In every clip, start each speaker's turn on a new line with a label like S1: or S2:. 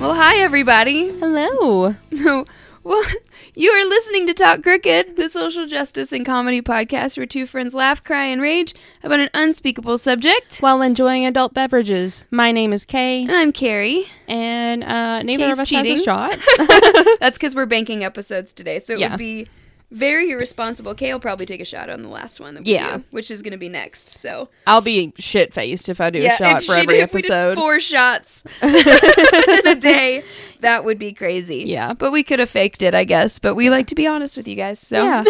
S1: Hi, everybody.
S2: Hello.
S1: well, you are listening to Talk Crooked, the social justice and comedy podcast where two friends laugh, cry, and rage about an unspeakable subject.
S2: While enjoying adult beverages, my name is Kay,
S1: And I'm Carrie.
S2: and uh, neither
S1: Kay's
S2: of us
S1: cheating.
S2: has a shot.
S1: That's because we're banking episodes today, so it
S2: Yeah.
S1: would be very irresponsible. Kay will probably take a shot on the last one that we
S2: Yeah.
S1: do, which is going to be next. So
S2: I'll be shit faced if I do a shot for
S1: she
S2: every
S1: did- if we did
S2: episode.
S1: four shots in a day, that would be crazy.
S2: Yeah.
S1: but we could have faked it, I guess. But we like to be honest with you guys, so
S2: Yeah.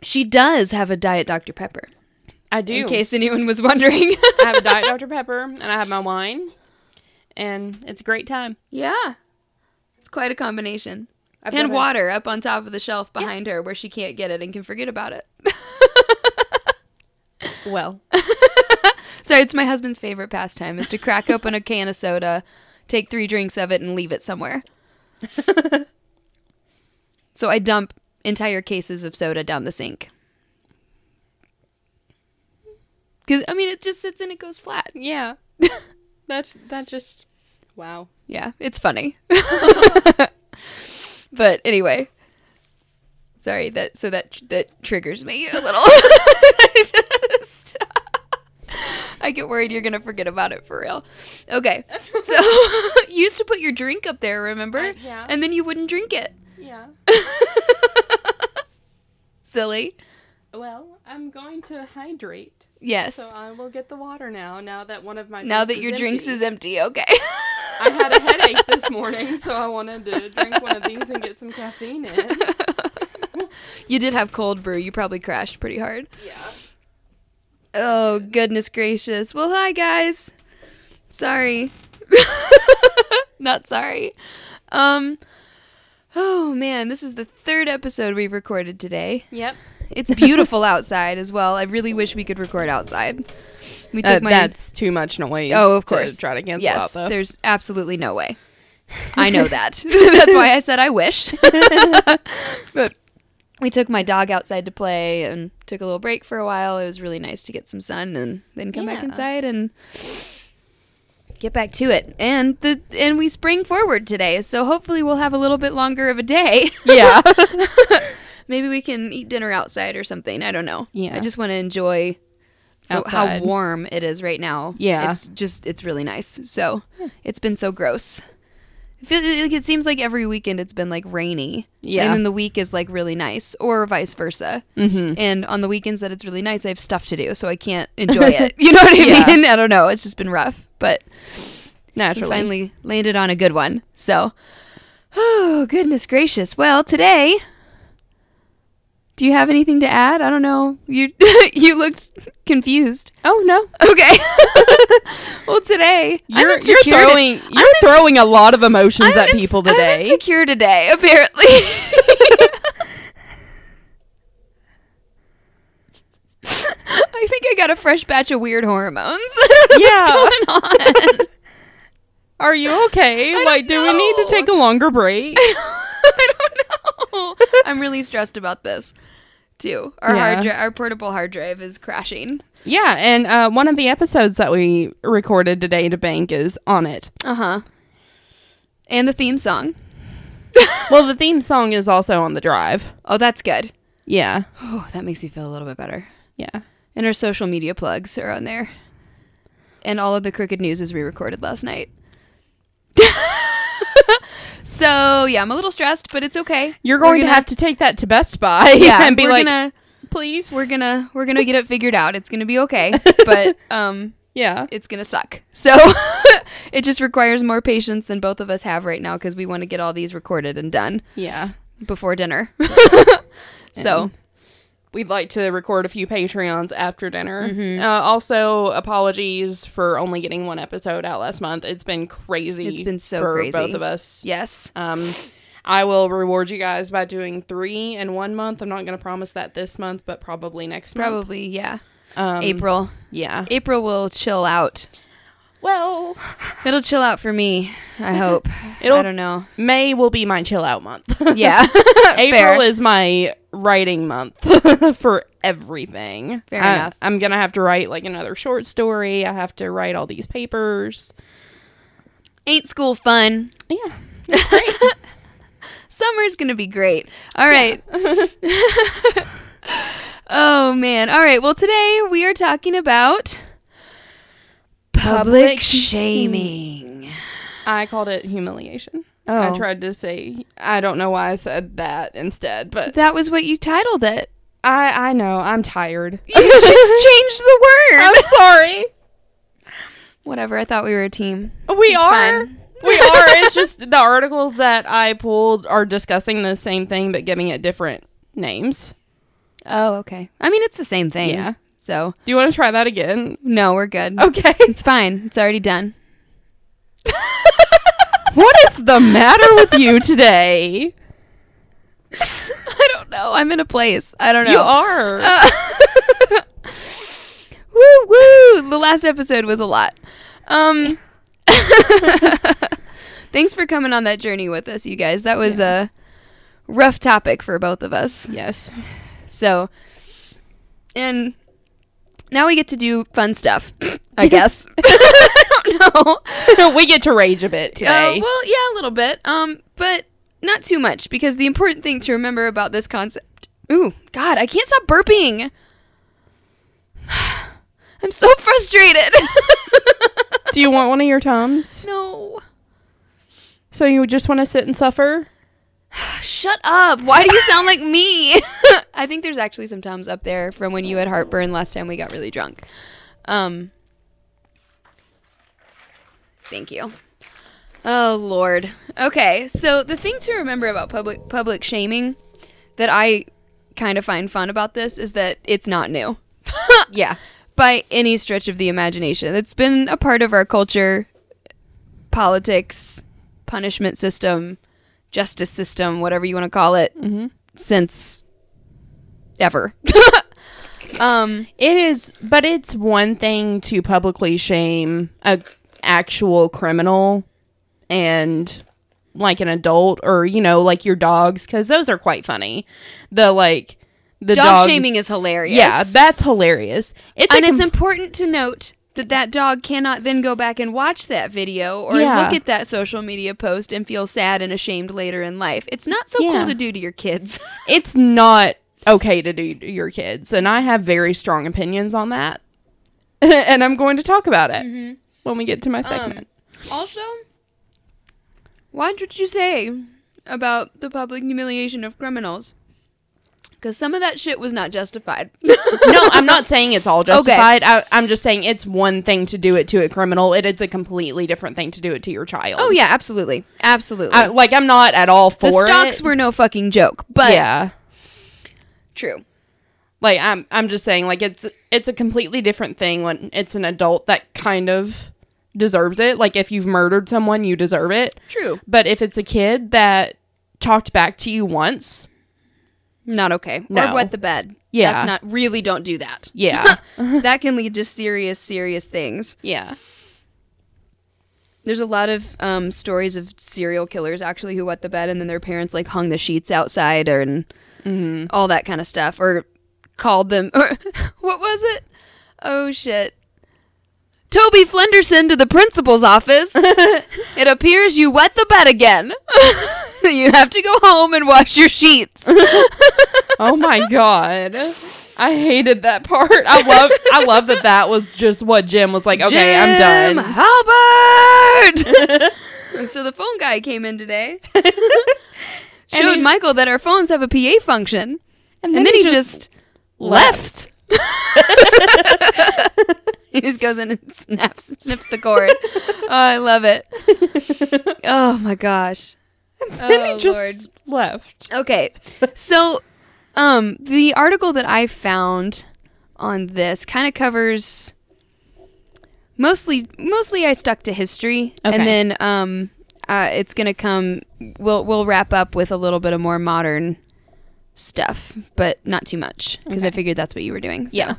S1: she does have a diet Dr Pepper.
S2: I do.
S1: In case anyone was wondering,
S2: I have a Diet Dr. Pepper, and I have my wine, and it's a great time.
S1: yeah, it's quite a combination.
S2: I've
S1: and
S2: never-
S1: water up on top of the shelf behind her, where she can't get it and can forget about it.
S2: Well,
S1: Sorry, it's my husband's favorite pastime is to crack open a can of soda, take three drinks of it, and leave it somewhere. so I dump entire cases of soda down the sink. Cause I mean, it just sits and it goes flat.
S2: yeah. That's that just wow.
S1: Yeah, it's funny. but anyway, sorry that so that that triggers me a little. Just- I get worried you're gonna forget about it for real. Okay, so you used to put your drink up there, remember?
S2: Uh, yeah.
S1: And then you wouldn't drink it.
S2: Yeah.
S1: Silly.
S2: Well, I'm going to hydrate,
S1: Yes.
S2: so I will get the water now. Now that one of my
S1: now that
S2: drinks
S1: your
S2: is
S1: drinks
S2: empty.
S1: is empty, okay.
S2: I had a headache this morning, so I wanted to drink one of these and get some caffeine in.
S1: you did have cold brew. You probably crashed pretty hard.
S2: Yeah.
S1: Oh, goodness gracious. Well, hi, guys. Sorry. Not sorry. Um, oh, man, this is the third episode we've recorded today.
S2: Yep.
S1: It's beautiful outside as well. I really wish we could record outside. We took
S2: Uh,
S1: my.
S2: That's too much noise.
S1: oh, of
S2: to
S1: course.
S2: try to cancel
S1: yes,
S2: out, though.
S1: there's absolutely no way. I know that. that's why I said I wish. but we took my dog outside to play and took a little break for a while. It was really nice to get some sun and then come back
S2: Yeah.
S1: inside and get back to it. And the and we spring forward today, so hopefully we'll have a little bit longer of a day.
S2: yeah.
S1: Maybe we can eat dinner outside or something. I don't know.
S2: Yeah.
S1: I just want to enjoy the- how
S2: Outside.
S1: warm it is right now.
S2: Yeah.
S1: It's just it's really nice. So it's been so gross. It, feel, like it seems like every weekend it's been like rainy.
S2: Yeah.
S1: And then the week is like really nice, or vice versa. Mm-hmm. And on the weekends that it's really nice, I have stuff to do, so I can't enjoy it. You know what I
S2: Yeah.
S1: mean? I don't know. It's just been rough, but we
S2: Naturally.
S1: finally landed on a good one. So, oh goodness gracious! Well, today, do you have anything to add? I don't know. You you looked confused.
S2: oh no.
S1: Okay. well, today
S2: You're,
S1: I'm
S2: you're
S1: insecure. to-
S2: throwing you're
S1: I'm ins-
S2: throwing a lot of emotions
S1: I'm
S2: at
S1: ins-
S2: people
S1: I'm
S2: today.
S1: insecure today, apparently. I think I got a fresh batch of weird hormones.
S2: Yeah.
S1: What's going on?
S2: Are you okay?
S1: don't
S2: like, do we need
S1: know.
S2: to take a longer break?
S1: I don't know. I'm really stressed about this too. Our hard
S2: Yeah.
S1: drive, our portable hard drive is crashing.
S2: yeah, and uh, one of the episodes that we recorded today to bank is on it.
S1: Uh huh. And the theme song.
S2: Well, the theme song is also on the drive.
S1: Oh, that's good.
S2: Yeah,
S1: Oh, that makes me feel a little bit better.
S2: yeah.
S1: And our social media plugs are on there. And all of the crooked news is re recorded last night. so, yeah, I'm a little stressed, but it's okay.
S2: You're
S1: We're
S2: going to
S1: gonna-
S2: have to take that to Best Buy
S1: yeah,
S2: and be
S1: we're
S2: like,
S1: gonna,
S2: please.
S1: we're gonna, we're gonna get it figured out. It's gonna be okay, but um,
S2: yeah,
S1: it's gonna suck. So it just requires more patience than both of us have right now because we want to get all these recorded and done
S2: yeah.
S1: before dinner. so
S2: we'd like to record a few patreons after dinner
S1: Mm-hmm.
S2: uh, also apologies for only getting one episode out last month it's been crazy
S1: It's been so
S2: for
S1: crazy.
S2: both of us
S1: yes,
S2: um i will reward you guys by doing three in one month i'm not going to promise that this month but probably next month
S1: probably yeah.
S2: um,
S1: April,
S2: yeah
S1: April will chill out.
S2: well
S1: It'll chill out for me. I hope.
S2: It'll-
S1: I don't know.
S2: may will be my chill out month
S1: Yeah.
S2: april
S1: Fair.
S2: is my writing month for everything
S1: Fair
S2: I-
S1: enough.
S2: i'm gonna have to write like another short story i have to write all these papers
S1: Ain't school fun?
S2: Yeah.
S1: Summer's gonna be great. All right. oh man. All right. Well, today we are talking about public,
S2: Public
S1: shaming.
S2: I called it humiliation.
S1: Oh.
S2: I tried to say I don't know why I said that instead, but
S1: That was what you titled it.
S2: I I know I'm tired.
S1: You just changed the word.
S2: I'm sorry.
S1: Whatever. I thought we were a team.
S2: We are.
S1: fine.
S2: We are. It's just the articles that I pulled are discussing the same thing but giving it different names.
S1: Oh, okay. I mean, it's the same thing.
S2: Yeah. Oh.
S1: So
S2: Do you want to try that again?
S1: no, we're good.
S2: Okay.
S1: It's fine. It's already done.
S2: what is the matter with you today?
S1: I don't know. I'm in a place. I don't know.
S2: You are.
S1: Uh, woo woo! The last episode was a lot. Um, thanks for coming on that journey with us, you guys. That was a rough topic for both of us.
S2: yes.
S1: So, and now we get to do fun stuff, I guess. I don't know.
S2: we get to rage a bit
S1: Uh,
S2: today.
S1: well, yeah, a little bit. Um, but not too much because the important thing to remember about this concept. Ooh, God, I can't stop burping. I'm so frustrated.
S2: Do you want one of your tums?
S1: no.
S2: So you just want to sit and suffer?
S1: Shut up. Why do you sound like me? I think there's actually some Tums up there from when you had heartburn last time we got really drunk. Um Thank you. Oh lord. Okay, so the thing to remember about public public shaming that I kind of find fun about this is that it's not new.
S2: Yeah.
S1: By any stretch of the imagination. It's been a part of our culture, politics, punishment system, justice system, whatever you want to call it,
S2: Mm-hmm.
S1: since ever. um,
S2: It is, but it's one thing to publicly shame a actual criminal and like an adult or you know like your dogs cuz those are quite funny. The like the
S1: dog,
S2: dog,
S1: shaming is hilarious.
S2: Yeah, that's hilarious. It's
S1: and
S2: a
S1: it's
S2: com-
S1: important to note that that dog cannot then go back and watch that video or
S2: Yeah.
S1: look at that social media post and feel sad and ashamed later in life. It's not so
S2: Yeah.
S1: cool to do to your kids.
S2: it's not okay to do to your kids and I have very strong opinions on that. and I'm going to talk about it
S1: Mm-hmm.
S2: when we get to
S1: Um,
S2: my segment.
S1: Also, what would you say about the public humiliation of criminals? Because some of that shit was not justified.
S2: no, I'm not saying it's all justified. I, I'm just saying it's one thing to do it to a criminal. It is a completely different thing to do it to your child.
S1: oh yeah, absolutely, absolutely.
S2: I, like I'm not at all for
S1: the stocks
S2: it.
S1: were no fucking joke, but
S2: yeah.
S1: true.
S2: Like I'm, I'm just saying like it's it's a completely different thing when it's an adult that kind of deserves it. Like if you've murdered someone, you deserve it.
S1: True.
S2: But if it's a kid that talked back to you once,
S1: Not okay. Or
S2: No.
S1: wet the bed.
S2: Yeah.
S1: That's not really don't do that.
S2: yeah,
S1: that can lead to serious, serious things.
S2: yeah,
S1: There's a lot of um, stories of serial killers actually who wet the bed and then their parents like hung the sheets outside or, and
S2: Mm-hmm.
S1: all that kind of stuff or called them or what was it? Oh shit. Toby Flenderson to the principal's office. it appears you wet the bed again. you have to go home and wash your sheets.
S2: oh my god i hated that part i love i love that that was just what jim was like okay i'm
S1: Jim
S2: done
S1: Halbert. And so the phone guy came in today.
S2: And
S1: showed
S2: he-
S1: Michael that our phones have a PA function, and then, he, just, left. he just goes in and snaps, snips the cord. oh, I love it. Oh my gosh.
S2: then
S1: Oh
S2: he just left
S1: Okay. So, um, the article that I found on this kind of covers mostly mostly I stuck to history
S2: Okay.
S1: and then um uh, it's going to come we'll we'll wrap up with a little bit of more modern stuff, but not too much because I figured that's what you were doing. So.
S2: Yeah.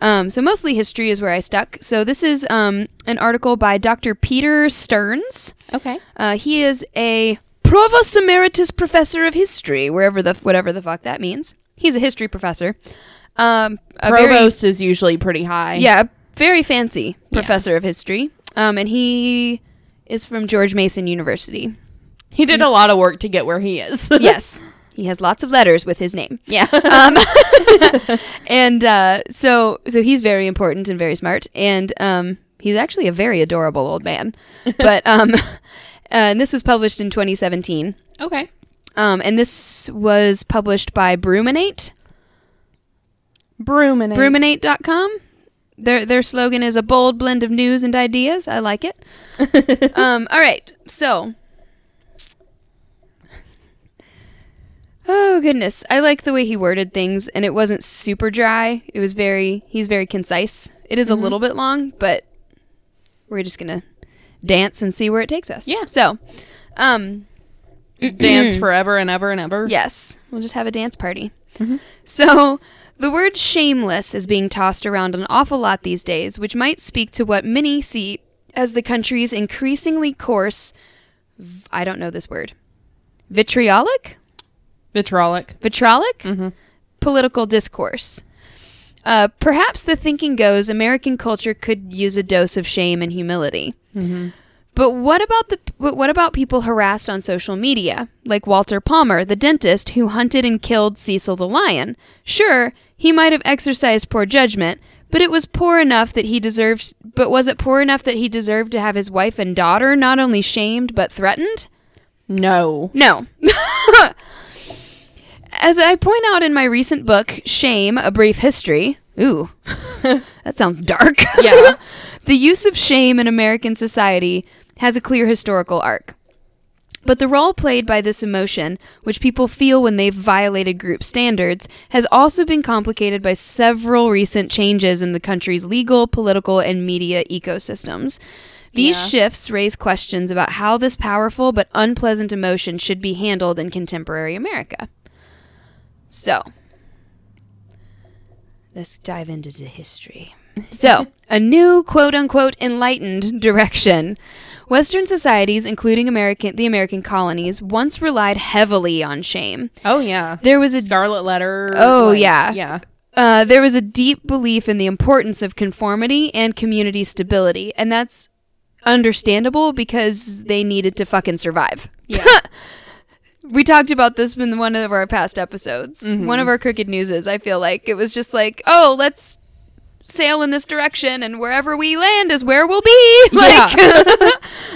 S1: Um, so mostly history is where I stuck. So this is um, an article by Dr. Peter Stearns.
S2: okay
S1: Uh, he is a provost emeritus professor of history, wherever the whatever the fuck that means. He's a history professor. Um, a very-
S2: provost is usually pretty high
S1: yeah, very fancy professor of history. Um, and he is from George Mason University.
S2: He did a lot of work to get where he is.
S1: Yes, he has lots of letters with his name.
S2: yeah.
S1: um, and uh, so so he's very important and very smart, and um, he's actually a very adorable old man. But um, and this was published in 2017,
S2: okay.
S1: um, and this was published by Bruminate
S2: Bruminate.
S1: Bruminate.com. Their their slogan is a bold blend of news and ideas. I like it. um, all right, so. Oh goodness, I like the way he worded things, and it wasn't super dry. It was very he's very concise. It is a little bit long, but we're just gonna dance and see where it takes us.
S2: Yeah.
S1: So, um, Mm.
S2: Dance forever and ever and ever.
S1: Yes, we'll just have a dance party. So, the word shameless is being tossed around an awful lot these days, which might speak to what many see as the country's increasingly coarse, v- I don't know this word, vitriolic?
S2: Vitrolic.
S1: vitrolic political discourse. Uh, perhaps the thinking goes American culture could use a dose of shame and humility. But what about the but what about people harassed on social media, like Walter Palmer, the dentist who hunted and killed Cecil the lion? Sure, he might have exercised poor judgment, but it was poor enough that he deserved. But was it poor enough that he deserved to have his wife and daughter not only shamed but threatened?
S2: No.
S1: No. As I point out in my recent book, Shame, A Brief History, ooh, that sounds dark.
S2: Yeah.
S1: the use of shame in American society has a clear historical arc. But the role played by this emotion, which people feel when they've violated group standards, has also been complicated by several recent changes in the country's legal, political, and media ecosystems. These shifts raise questions about how this powerful but unpleasant emotion should be handled in contemporary America. So, let's dive into the history. So, a new quote unquote enlightened direction. Western societies, including American the American colonies, once relied heavily on shame.
S2: Oh yeah.
S1: There was a
S2: Scarlet letter.
S1: Oh,
S2: like,
S1: yeah.
S2: Yeah.
S1: uh, there was a deep belief in the importance of conformity and community stability, and that's understandable because they needed to fucking survive.
S2: Yeah.
S1: we talked about this in one of our past episodes. One of our crooked newses, I feel like it was just like, oh, let's sail in this direction, and wherever we land is where we'll be. Like,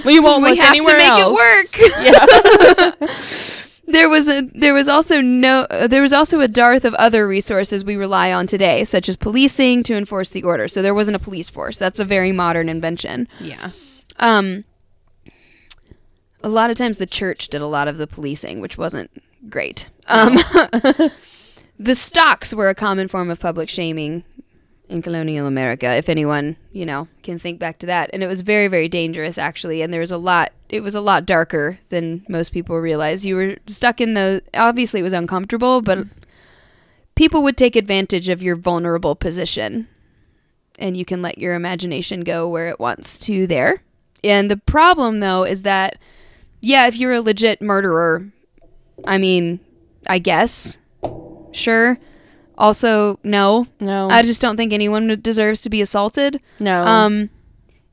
S2: We won't
S1: we
S2: look
S1: have to
S2: anywhere
S1: make
S2: else.
S1: it work.
S2: Yeah.
S1: There was a there was also no uh, there was also a dearth of other resources we rely on today, such as policing to enforce the order. So there wasn't a police force. That's a very modern invention.
S2: yeah.
S1: Um, a lot of times the church did a lot of the policing, which wasn't great. Um, the stocks were a common form of public shaming in colonial America, if anyone, you know, can think back to that. And it was very, very dangerous, actually. And there was a lot, it was a lot darker than most people realize. You were stuck in those, obviously, it was uncomfortable, but people would take advantage of your vulnerable position. And you can let your imagination go where it wants to there. And the problem, though, is that, yeah, if you're a legit murderer, I mean, I guess, sure. Also, no.
S2: No.
S1: I just don't think anyone deserves to be assaulted.
S2: no.
S1: Um,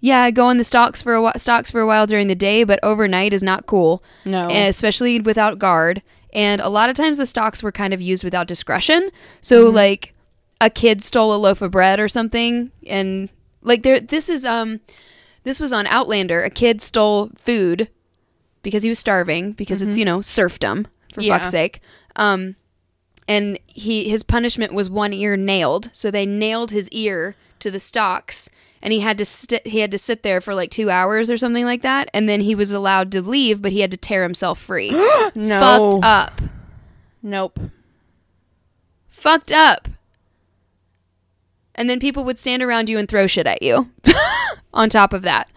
S1: yeah, I go on the stocks for a whi- stocks for a while during the day, but overnight is not cool,
S2: no.
S1: and especially without guard. And a lot of times the stocks were kind of used without discretion. So like, a kid stole a loaf of bread or something, and like there, this is um, this was on Outlander. A kid stole food because he was starving because it's you know serfdom for
S2: Mm-hmm. Yeah.
S1: fuck's sake. Um, and he his punishment was one ear nailed. So they nailed his ear to the stocks, and he had to st- he had to sit there for like two hours or something like that, and then he was allowed to leave, but he had to tear himself free.
S2: no.
S1: Fucked up.
S2: Nope.
S1: Fucked up. And then people would stand around you and throw shit at you. On top of that,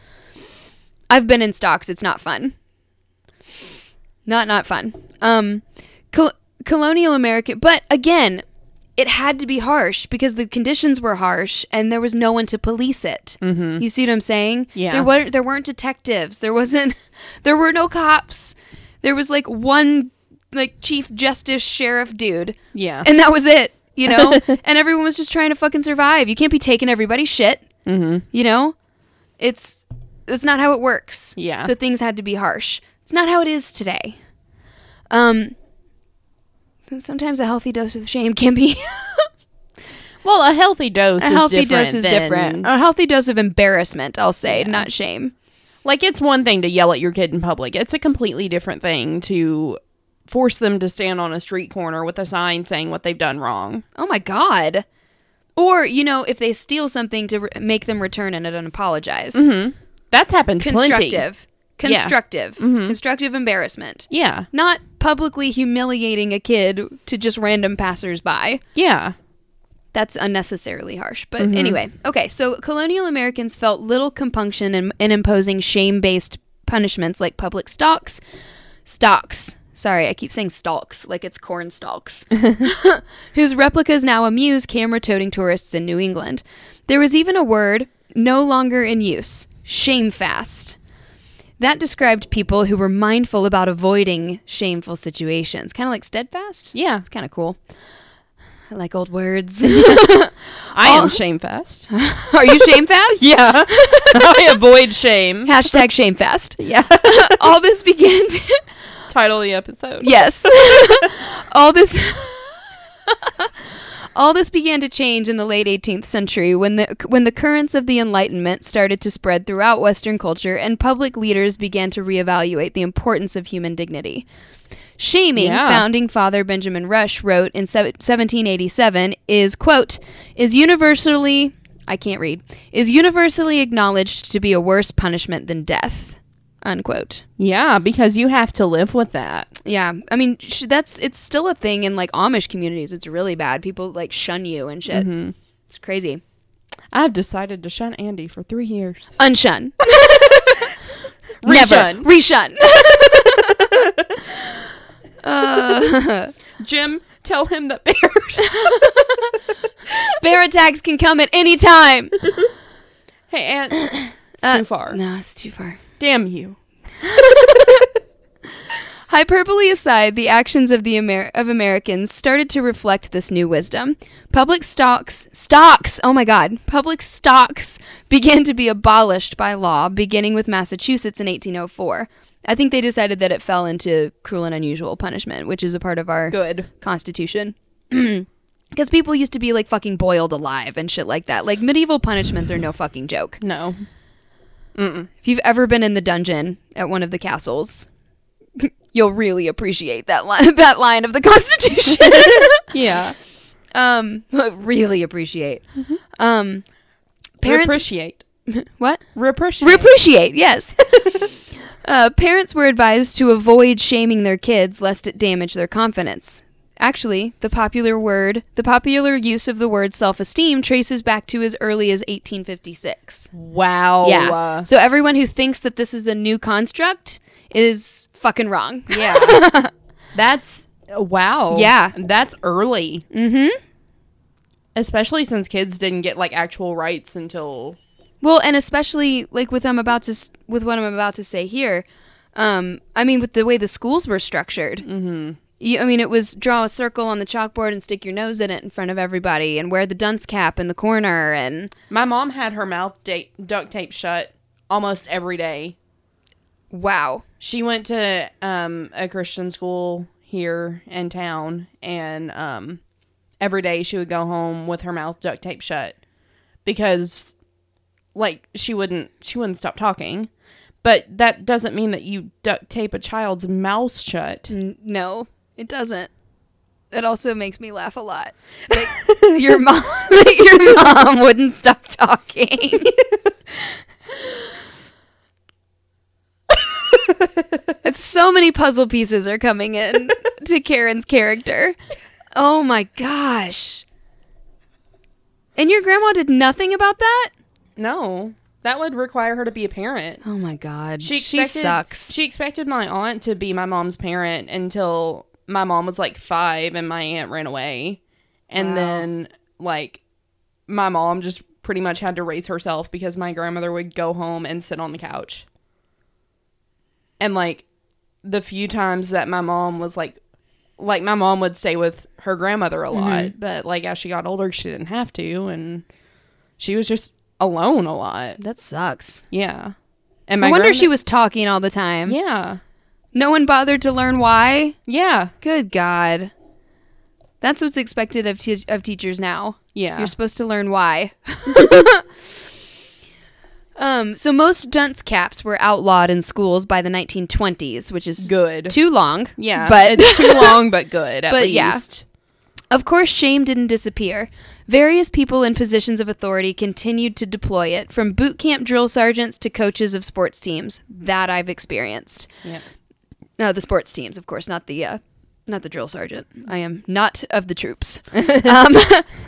S1: I've been in stocks. It's not fun. Not not fun. Um, col- colonial America, but again, it had to be harsh because the conditions were harsh and there was no one to police it. Mm-hmm. You see what I'm saying?
S2: Yeah.
S1: There were there weren't detectives. There wasn't. There were no cops. There was like one like chief justice sheriff dude
S2: Yeah.
S1: and that was it you know and everyone was just trying to fucking survive you can't be taking everybody's shit mm-hmm. you know it's that's not how it works.
S2: Yeah.
S1: So things had to be harsh. It's not how it is today. Um sometimes a healthy dose of shame can be
S2: Well, a healthy dose
S1: a
S2: is
S1: healthy
S2: different
S1: dose is
S2: than-
S1: different. A healthy dose of embarrassment, I'll say, not shame.
S2: Like it's one thing to yell at your kid in public. It's a completely different thing to force them to stand on a street corner with a sign saying what they've done wrong.
S1: Oh my god. Or, you know, if they steal something to re- make them return and it and apologize.
S2: That's happened Mm-hmm. plenty. Mm-hmm.
S1: Constructive. Constructive. Constructive embarrassment.
S2: Yeah.
S1: Not publicly humiliating a kid to just random passersby.
S2: Yeah.
S1: That's unnecessarily harsh. But anyway, okay, so colonial Americans felt little compunction in, in imposing shame based punishments like public stocks. Stocks. Sorry, I keep saying stalks like it's corn stalks, whose replicas now amuse camera toting tourists in New England. There was even a word no longer in use shamefast. That described people who were mindful about avoiding shameful situations, kind of like steadfast.
S2: Yeah.
S1: It's kind of cool. I like old words.
S2: I am shamefast.
S1: Are you shamefast?
S2: yeah. I avoid shame.
S1: Hashtag shamefast.
S2: Yeah.
S1: All this began to.
S2: Title of the episode.
S1: Yes. All this. All this began to change in the late 18th century when the when the currents of the Enlightenment started to spread throughout Western culture and public leaders began to reevaluate the importance of human dignity. Shaming,
S2: Yeah.
S1: founding father Benjamin Rush wrote in se- 1787, is quote is universally I can't read is universally acknowledged to be a worse punishment than death unquote.
S2: Yeah, because you have to live with that.
S1: Yeah, I mean sh- that's it's still a thing in like Amish communities. It's really bad. People like shun you and shit. It's crazy.
S2: I've decided to shun Andy for three years.
S1: Unshun.
S2: Reshun.
S1: Never. Reshun.
S2: Jim, tell him that bears.
S1: Bear attacks can come at any time.
S2: hey, Aunt. It's
S1: Uh,
S2: too far.
S1: No, it's too far.
S2: Damn you.
S1: Hyperbole aside, the actions of the Amer- of Americans started to reflect this new wisdom. Public stocks, stocks, oh my god, public stocks began to be abolished by law, beginning with Massachusetts in 1804. I think they decided that it fell into cruel and unusual punishment, which is a part of our
S2: Good.
S1: Constitution. Because people used to be like fucking boiled alive and shit like that. Like medieval punishments are no fucking joke.
S2: No.
S1: If you've ever been in the dungeon at one of the castles, you'll really appreciate that line, that line of the Constitution.
S2: Yeah.
S1: um, really appreciate. Um, parents,
S2: Repreciate.
S1: what?
S2: Repreciate.
S1: Repreciate, yes. uh, parents were advised to avoid shaming their kids lest it damage their confidence. Actually, the popular word, the popular use of the word self-esteem traces back to as early as 1856.
S2: wow.
S1: Yeah.
S2: Uh,
S1: so everyone who thinks that this is a new construct is fucking wrong.
S2: yeah. That's wow.
S1: Yeah.
S2: That's early. Mm-hmm. Especially since kids didn't get like actual rights until
S1: Well, and especially like with I'm about to s- with what I'm about to say here. Um, I mean, with the way the schools were structured. Mm-hmm. You, I mean, it was draw a circle on the chalkboard and stick your nose in it in front of everybody, and wear the dunce cap in the corner, and
S2: my mom had her mouth da- duct tape shut almost every day.
S1: wow,
S2: She went to um, a Christian school here in town, and um, every day she would go home with her mouth duct tape shut because, like, she wouldn't she wouldn't stop talking. But that doesn't mean that you duct tape a child's mouth shut.
S1: N- no, it doesn't. It also makes me laugh a lot. Like, your mom, that your mom wouldn't stop talking. it's so many puzzle pieces are coming in to Karen's character. Oh my gosh. And your grandma did nothing about that?
S2: No, that would require her to be a parent.
S1: Oh my god. She,
S2: expected-
S1: sucks.
S2: She expected my aunt to be my mom's parent until my mom was like five and my aunt ran away. And
S1: Wow.
S2: then, like, my mom just pretty much had to raise herself because my grandmother would go home and sit on the couch. And, like, the few times that my mom was like, like my mom would stay with her grandmother a lot,
S1: Mm-hmm.
S2: but like as she got older, she didn't have to, and she was just alone a lot.
S1: that sucks.
S2: Yeah. And
S1: I wonder
S2: grandma-
S1: if she was talking all the time.
S2: Yeah.
S1: No one bothered to learn why.
S2: Yeah.
S1: Good God. That's what's expected of, te- of teachers now.
S2: Yeah.
S1: You're supposed to learn why. um, so most dunce caps were outlawed in schools by the 1920s, which is
S2: good.
S1: too long.
S2: yeah.
S1: but
S2: it's too long, but good. At
S1: But yeah.
S2: least.
S1: Of course, shame didn't disappear. Various people in positions of authority continued to deploy it, from boot camp drill sergeants to coaches of sports teams. That I've experienced.
S2: Yeah.
S1: No, the sports teams, of course, not the uh, not the drill sergeant. I am not of the troops. um,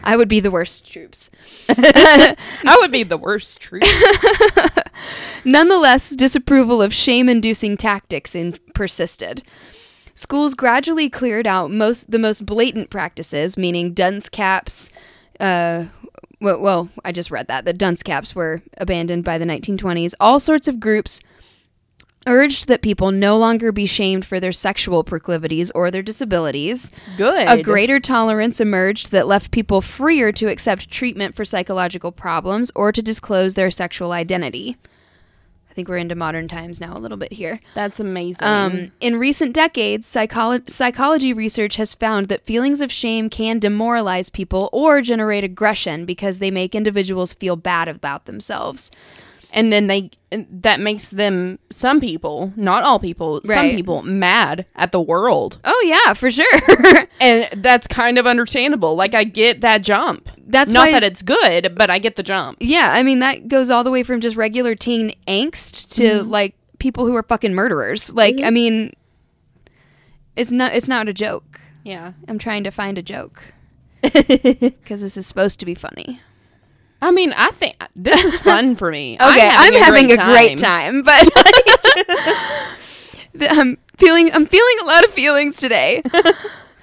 S1: I would be the worst troops.
S2: I would be the worst troop.
S1: Nonetheless, disapproval of shame-inducing tactics in- persisted. Schools gradually cleared out most the most blatant practices, meaning dunce caps. Uh, well, well, I just read that the dunce caps were abandoned by the 1920s. All sorts of groups urged that people no longer be shamed for their sexual proclivities or their disabilities.
S2: Good.
S1: A greater tolerance emerged that left people freer to accept treatment for psychological problems or to disclose their sexual identity. I think we're into modern times now a little bit here.
S2: That's amazing.
S1: Um, in recent decades, psycholo- psychology research has found that feelings of shame can demoralize people or generate aggression because they make individuals feel bad about themselves.
S2: and then they that makes them some people, not all people, some
S1: Right.
S2: people mad at the world.
S1: Oh yeah, for sure.
S2: And that's kind of understandable. Like I get that jump.
S1: That's
S2: not
S1: why-
S2: that it's good, but I get the jump.
S1: yeah, I mean that goes all the way from just regular teen angst to like people who are fucking murderers. Like, I mean, it's not it's not a joke.
S2: Yeah.
S1: I'm trying to find a joke
S2: I
S1: because this is supposed to be funny.
S2: mean, I think this is fun for me.
S1: Okay, I'm having, a, great time, but The- I'm feeling I'm feeling a lot of feelings today.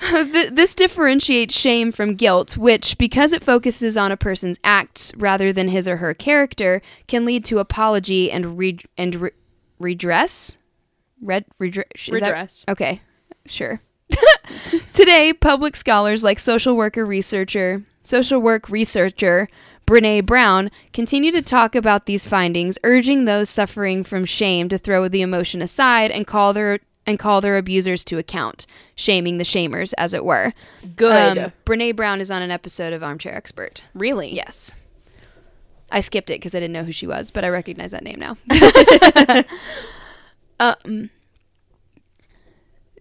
S1: Th- this differentiates shame from guilt, which, because it focuses on a person's acts rather than his or her character, can lead to apology and re- and re- redress. Red redress. is that-
S2: Redress.
S1: okay, sure. Today, public scholars like social worker researcher, social work researcher Brene Brown continue to talk about these findings, urging those suffering from shame to throw the emotion aside and call their and call their abusers to account, shaming the shamers, as it were.
S2: Good.
S1: Um, Brene Brown is on an episode of Armchair Expert.
S2: really?
S1: Yes. I skipped it because I didn't know who she was, but I recognize that name now. um,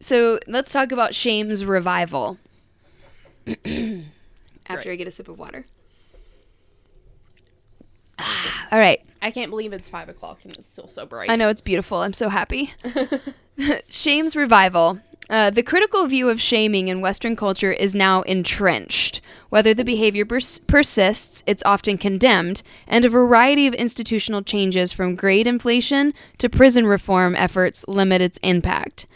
S1: so let's talk about Shame's revival. After I get a sip of water. Ah, All right.
S2: I can't believe it's five o'clock and it's still so bright.
S1: I know it's beautiful. I'm so happy. Shame's revival. Uh, the critical view of shaming in Western culture is now entrenched. Whether the behavior pers- persists, it's often condemned, and a variety of institutional changes from grade inflation to prison reform efforts limit its impact.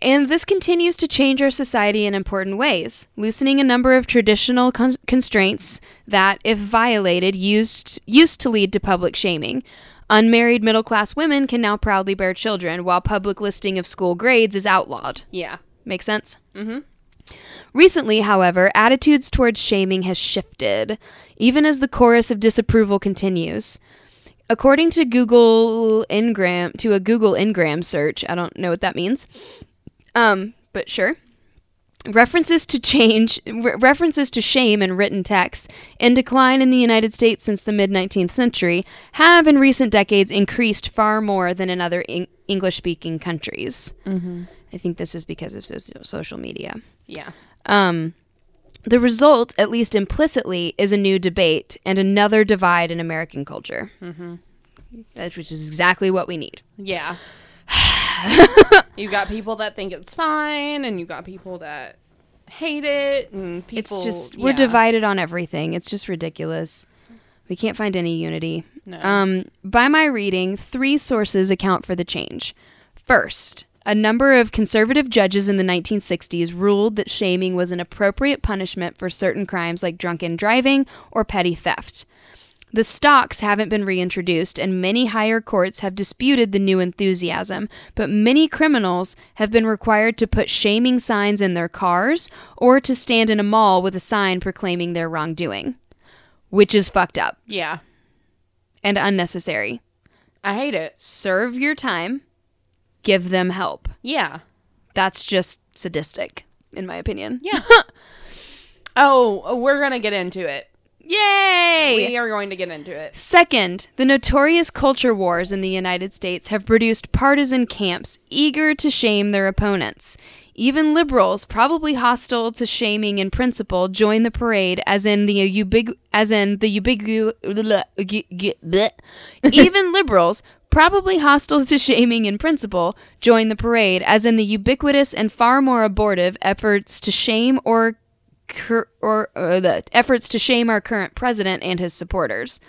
S1: And this continues to change our society in important ways, loosening a number of traditional con- constraints that, if violated, used used to lead to public shaming. Unmarried middle class women can now proudly bear children, while public listing of school grades is outlawed.
S2: Yeah.
S1: Make sense? Mm-hmm. Recently, however, attitudes towards shaming has shifted, even as the chorus of disapproval continues. According to Google Ingram, to a Google Ingram search, I don't know what that means, um, but sure. References to change, re- references to shame in written texts, in decline in the United States since the mid 19th century, have in recent decades increased far more than in other English speaking countries. I think this is because of socio- social media.
S2: Yeah.
S1: Um, the result, at least implicitly, is a new debate and another divide in American culture, mm-hmm. that, which is exactly what we need.
S2: Yeah. you got people that think it's fine, and you got people that hate it, and
S1: It's
S2: people.
S1: just we're
S2: yeah.
S1: divided on everything. It's just ridiculous. We can't find any unity.
S2: No.
S1: Um, by my reading, three sources account for the change. First, a number of conservative judges in the 1960s ruled that shaming was an appropriate punishment for certain crimes like drunken driving or petty theft. The stocks haven't been reintroduced, and many higher courts have disputed the new enthusiasm, but many criminals have been required to put shaming signs in their cars or to stand in a mall with a sign proclaiming their wrongdoing, which is fucked up
S2: Yeah.
S1: and unnecessary.
S2: I hate it.
S1: Serve your time. Give them help.
S2: Yeah.
S1: That's just sadistic, in my opinion.
S2: Yeah. oh, we're going to get into it.
S1: Yay!
S2: We are going to get into it.
S1: Second, the notorious culture wars in the United States have produced partisan camps eager to shame their opponents. Even liberals, probably hostile to shaming in principle, join the parade as in the ubig as in the ubigu g- g- bleh. Even liberals, probably hostile to shaming in principle, join the parade as in the ubiquitous and far more abortive efforts to shame or cur- or uh, the efforts to shame our current president and his supporters.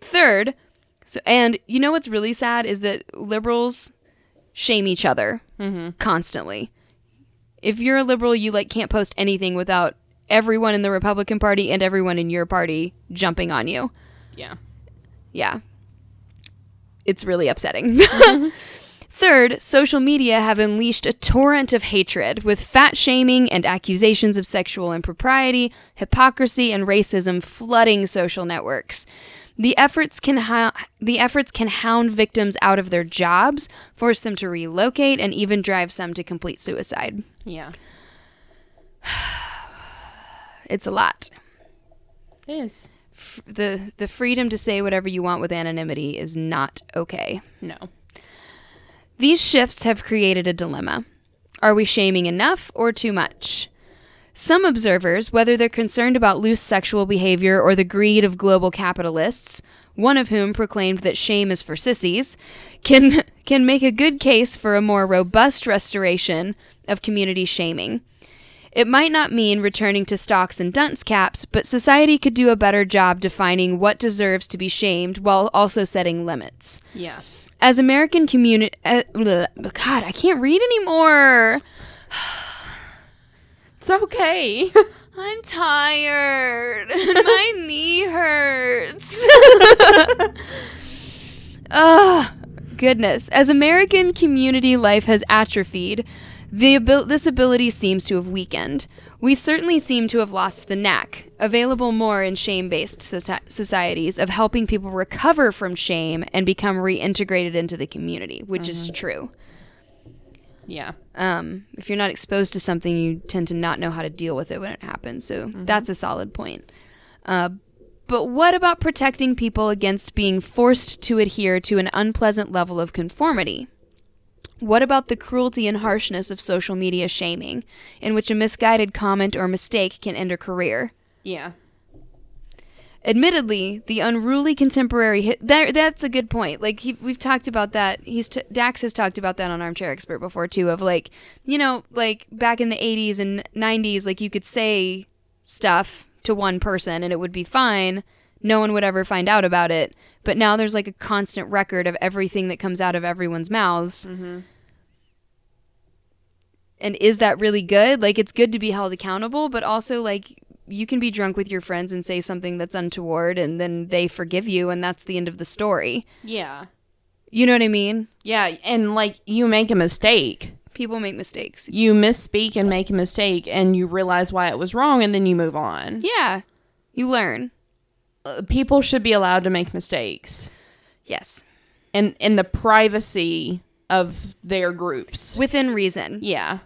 S1: Third, so and you know what's really sad is that liberals shame each other constantly. If you're a liberal, you like can't post anything without everyone in the Republican Party and everyone in your party jumping on you
S2: Yeah.
S1: yeah, it's really upsetting. Third, social media have unleashed a torrent of hatred with fat shaming and accusations of sexual impropriety, hypocrisy, and racism flooding social networks. The efforts can hou- the efforts can hound victims out of their jobs, force them to relocate, and even drive some to complete suicide.
S2: Yeah.
S1: It's a lot.
S2: It is.
S1: F- the The freedom to say whatever you want with anonymity is not okay.
S2: No.
S1: These shifts have created a dilemma. Are we shaming enough or too much? Some observers, whether they're concerned about loose sexual behavior or the greed of global capitalists, one of whom proclaimed that shame is for sissies, can can make a good case for a more robust restoration of community shaming. It might not mean returning to stocks and dunce caps, but society could do a better job defining what deserves to be shamed while also setting limits
S2: Yeah.
S1: as American community, uh, bleh, God, I can't read anymore.
S2: It's okay.
S1: I'm tired. My knee hurts. Ah, goodness. As American community life has atrophied, the abil- this ability seems to have weakened. We certainly seem to have lost the knack, available more in shame based societies, of helping people recover from shame and become reintegrated into the community, which is true.
S2: yeah.
S1: um, if you're not exposed to something, you tend to not know how to deal with it when it happens. So that's a solid point. Uh, but what about protecting people against being forced to adhere to an unpleasant level of conformity? What about the cruelty and harshness of social media shaming, in which a misguided comment or mistake can end a career?
S2: Yeah.
S1: admittedly the unruly contemporary hi- there that's a good point like he, we've talked about that he's t- dax has talked about that on armchair expert before too of like you know like back in the 80s and 90s like you could say stuff to one person and it would be fine no one would ever find out about it but now there's like a constant record of everything that comes out of everyone's mouths and is that really good? Like it's good to be held accountable, but also like you can be drunk with your friends and say something that's untoward and then they forgive you and that's the end of the story.
S2: Yeah.
S1: You know what I mean?
S2: Yeah. And like you make a mistake.
S1: People make mistakes.
S2: You misspeak and make a mistake and you realize why it was wrong and then you move on.
S1: Yeah. You learn.
S2: Uh, People should be allowed to make mistakes
S1: Yes.
S2: and in the privacy of their groups.
S1: Within reason.
S2: Yeah.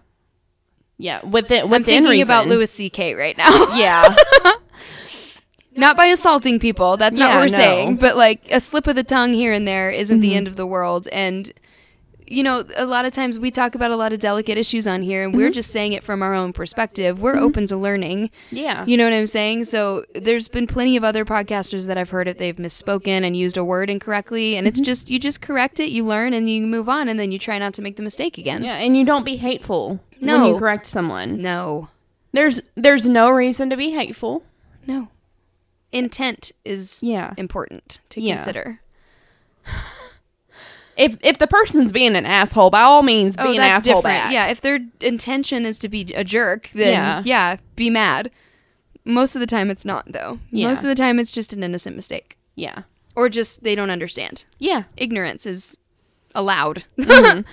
S2: Yeah. Within within
S1: I'm thinking
S2: reason.
S1: about Louis C.K. right now.
S2: Yeah.
S1: not by assaulting people. That's not
S2: Yeah,
S1: what we're
S2: no. Mm-hmm.
S1: saying. But like a slip of the tongue here and there isn't the end of the world. And you know, a lot of times we talk about a lot of delicate issues on here, and we're
S2: Mm-hmm.
S1: just saying it from our own perspective. We're open to learning.
S2: yeah.
S1: You know what I'm saying? So there's been plenty of other podcasters that I've heard it. They've misspoken and used a word incorrectly, and it's
S2: Mm-hmm.
S1: just you just correct it, you learn, and you move on, and then you try not to make the mistake again.
S2: Yeah, and you don't be hateful
S1: No.
S2: when you correct someone.
S1: No,
S2: There's there's no reason to be hateful.
S1: no. Intent is
S2: Yeah.
S1: important to
S2: Yeah.
S1: consider.
S2: If if the person's being an asshole, by all means, be
S1: Oh,
S2: an
S1: that's
S2: asshole
S1: different.
S2: back.
S1: Yeah, if their intention is to be a jerk, then
S2: Yeah.
S1: yeah, be mad. Most of the time, it's not though.
S2: Yeah.
S1: Most of the time, it's just an innocent mistake,
S2: yeah,
S1: or just they don't understand.
S2: yeah,
S1: ignorance is allowed. and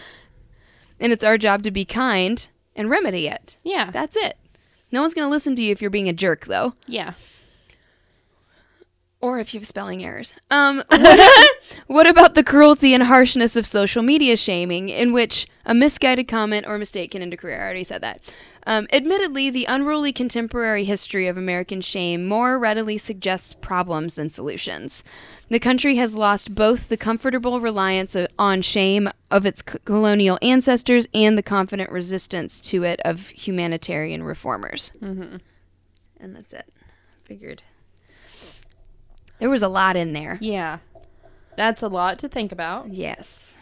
S1: it's our job to be kind and remedy it.
S2: yeah,
S1: That's it. No one's going to listen to you if you're being a jerk, though.
S2: yeah.
S1: or if you have spelling errors. Um, what, what about the cruelty and harshness of social media shaming, in which a misguided comment or mistake can end a career? I already said that. Um, admittedly, the unruly contemporary history of American shame more readily suggests problems than solutions. The country has lost both the comfortable reliance of, on shame of its c- colonial ancestors and the confident resistance to it of humanitarian reformers. Mm-hmm. And that's it. Figured. There was a lot in there.
S2: Yeah. That's a lot to think about.
S1: Yes.